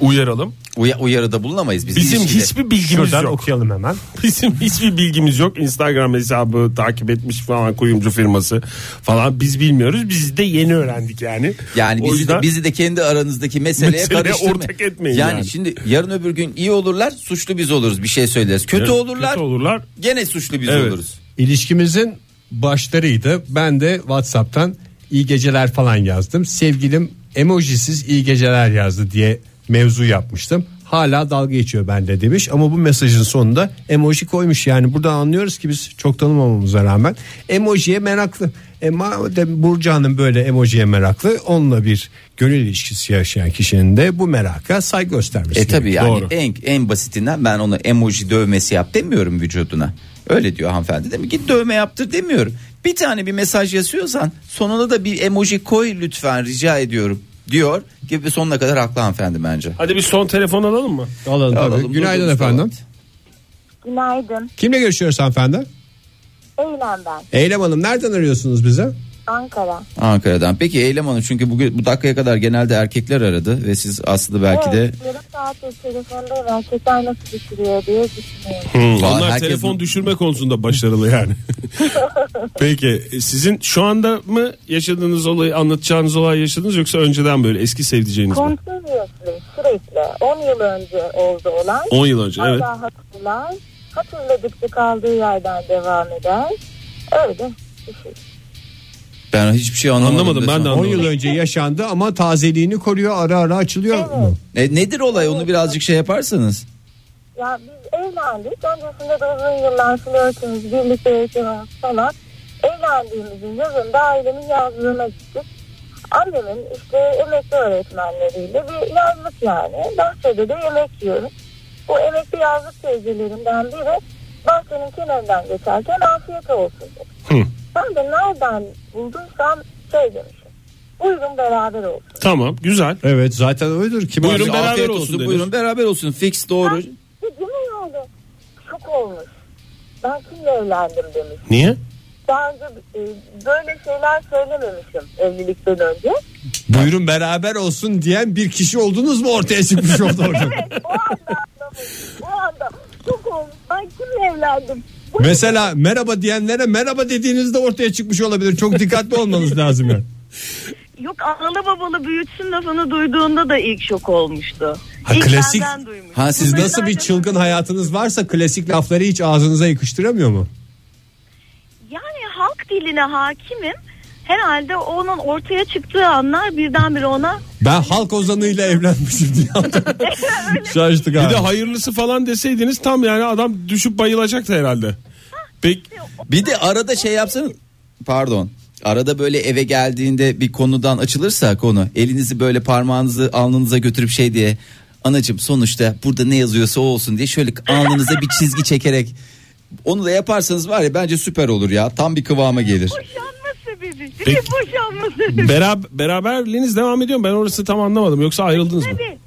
uyaralım. uyarıda bulunamayız biz. Bizim ilişkide. hiçbir bilgimiz Şuradan yok. okuyalım hemen. Bizim hiçbir bilgimiz yok. Instagram hesabı takip etmiş falan kuyumcu firması falan biz bilmiyoruz. Biz de yeni öğrendik yani. Yani O bizi, yüzden- de, bizi de kendi aranızdaki meseleye Meseleye karıştırmayın. ortak etmeyin yani. şimdi yarın öbür gün iyi olurlar suçlu biz oluruz bir şey söyleriz. Kötü Evet, olurlar kötü olurlar. gene suçlu biz Evet. oluruz. İlişkimizin başlarıydı. Ben de Whatsapp'tan iyi geceler falan yazdım. Sevgilim emojisiz iyi geceler yazdı diye mevzu yapmıştım. Hala dalga geçiyor bende demiş ama bu mesajın sonunda emoji koymuş yani buradan anlıyoruz ki biz çok tanımamamıza rağmen emojiye meraklı. E madem Burcu Hanım böyle emojiye meraklı onunla bir gönül ilişkisi yaşayan kişinin de bu meraka saygı göstermesi E tabi gerekiyor. yani en en basitinden ben ona emoji dövmesi yap demiyorum vücuduna. Öyle diyor hanımefendi değil mi? Git dövme yaptır demiyorum. Bir tane bir mesaj yazıyorsan sonuna da bir emoji koy lütfen rica ediyorum diyor. Gibi sonuna kadar haklı hanımefendi bence. Hadi bir son telefon alalım mı? E, Alalım tabii. Alalım, Günaydın durdunuz efendim. Günaydın. Kimle görüşüyoruz hanımefendi? Eylem ben. Eylem Hanım nereden arıyorsunuz bize? Ankara. Ankara'dan. Peki Eylem Hanım çünkü bugün bu dakikaya kadar genelde erkekler aradı ve siz aslında belki de Evet, yarım saattir telefonda ve erkekler nasıl düşürüyor diye düşünüyorum. Hmm. Vallahi Onlar herkes- telefon düşürme konusunda başarılı yani. Peki e, sizin şu anda mı yaşadığınız olayı anlatacağınız olay yaşadınız yoksa önceden böyle eski sevdiceğiniz mi? Continuously sürekli 10 yıl önce oldu olay. 10 yıl önce, Hala evet. hatırlar. Hatırladıkça kaldığı yerden devam eder. Öyle bir şey. ben hiçbir şey anlamadım. Anlamadım, ben de 10 yıl önce yaşandı ama tazeliğini koruyor ara ara açılıyor. mu? E, nedir olay onu birazcık şey yaparsanız. Ya biz evlendik. Öncesinde de uzun yıllar flörtümüz, birlikte yaşamamız falan. Evlendiğimizin yazında ailemin yazlığına gittik. Annemin işte emekli öğretmenleriyle bir yazlık yani. Bahçede de yemek yiyoruz. Bu emekli yazlık teyzelerinden biri bahçenin kenarından geçerken afiyet olsun dedi. Ben de nereden bulduysam şey demişim. Buyurun beraber olsun. Tamam güzel. Evet zaten öyledir. Kim Buyurun Afiyet beraber olsun. demiş. buyurun beraber olsun. Fix doğru. Bir cümle oldu. Şok olmuş. Ben kimle evlendim demiş. Niye? Daha önce e, böyle şeyler söylememişim evlilikten önce. Buyurun beraber olsun diyen bir kişi oldunuz mu ortaya çıkmış oldu orada. O anda şok olmuş. Ben kimle evlendim? Mesela merhaba diyenlere merhaba dediğinizde ortaya çıkmış olabilir. Çok dikkatli olmanız lazım yani. Yok analı babalı büyütsün lafını duyduğunda da ilk şok olmuştu. Ha, ilk klasik. benden duymuş. Ha, Siz nasıl bir çılgın hayatınız varsa klasik lafları hiç ağzınıza yakıştıramıyor mu? Yani halk diline hakimim. Herhalde onun ortaya çıktığı anlar birdenbire ona Ben halk ozanıyla evlenmişim diye Şaştık Bir abi. de hayırlısı falan deseydiniz tam yani adam düşüp bayılacaktı herhalde. Peki Bir de arada şey yapsanız. Pardon. Arada böyle eve geldiğinde bir konudan açılırsa konu elinizi böyle parmağınızı alnınıza götürüp şey diye anacım sonuçta burada ne yazıyorsa o olsun diye şöyle alnınıza bir çizgi çekerek onu da yaparsanız var ya bence süper olur ya tam bir kıvama gelir. boşanma sebebi. Peki. Peki. Boşanma sebebi. Berab- beraberliğiniz devam ediyor mu? Ben orası tam anlamadım. Yoksa ayrıldınız mı? Tabii.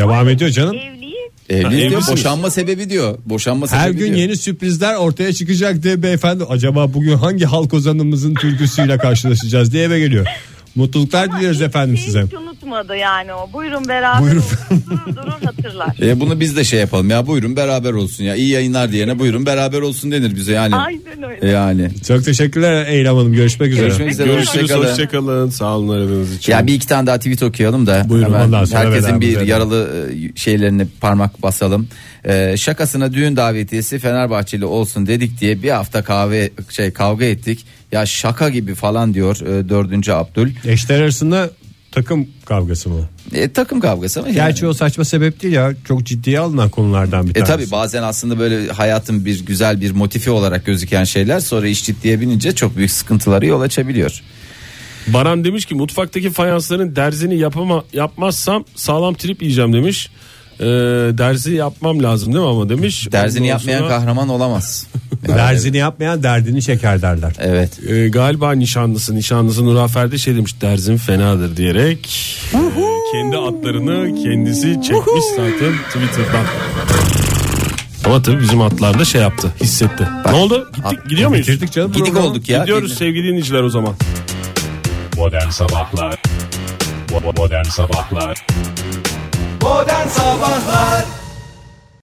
Devam ediyor canım. Evliyiz. Evlilik E, diyor, evlisiniz. boşanma sebebi diyor. Boşanma sebebi Her gün diyor. yeni sürprizler ortaya çıkacak diye beyefendi acaba bugün hangi halk ozanımızın türküsüyle karşılaşacağız diye eve geliyor. Mutluluklar diliyoruz efendim size. şey Hiç unutmadı yani o. Buyurun beraber Buyurun. olun. durur durur hatırlar. E bunu biz de şey yapalım ya buyurun beraber olsun ya iyi yayınlar diyene buyurun beraber olsun denir bize yani. E, Aynen öyle. Yani. Çok teşekkürler Eylem Hanım. Görüşmek üzere. Görüşmek üzere. Görüşürüz. Hoşçakalın. Hoşçakalın. Sağ olun aradığınız için. Ya bir iki tane daha tweet okuyalım da Buyurun, hemen ondan sonra herkesin veda bir edelim. yaralı e, şeylerini parmak basalım. E, şakasına düğün davetiyesi Fenerbahçeli olsun dedik diye bir hafta kahve şey kavga ettik. Ya şaka gibi falan diyor e, dördüncü Abdül. Eşler arasında takım kavgası mı? E, takım kavgası ama yani. Gerçi o saçma sebep değil ya. Çok ciddiye alınan konulardan bir E tanesi. tabi bazen aslında böyle hayatın bir güzel bir motifi olarak gözüken şeyler sonra iş ciddiye binince çok büyük sıkıntıları yol açabiliyor. Baran demiş ki mutfaktaki fayansların derzini yapama, yapmazsam sağlam trip yiyeceğim demiş. Ee, derzi yapmam lazım değil mi ama demiş. Derzini Ondan yapmayan sonra- kahraman olamaz. Derzini yapmayan derdini çeker derler. Evet. Ee, galiba nişanlısı nişanlısı Nur Afer de şey demiş derzim fenadır diyerek e, kendi atlarını kendisi çekmiş zaten Twitter'dan. Ama tabii bizim atlar da şey yaptı hissetti. ne oldu? Gittik, gidiyor muyuz? bitirdik canım Gidik programı. olduk ya. Gidiyoruz Gidelim. sevgili dinleyiciler o zaman. Modern Sabahlar Bo- bo- Modern Sabahlar Modern Sabahlar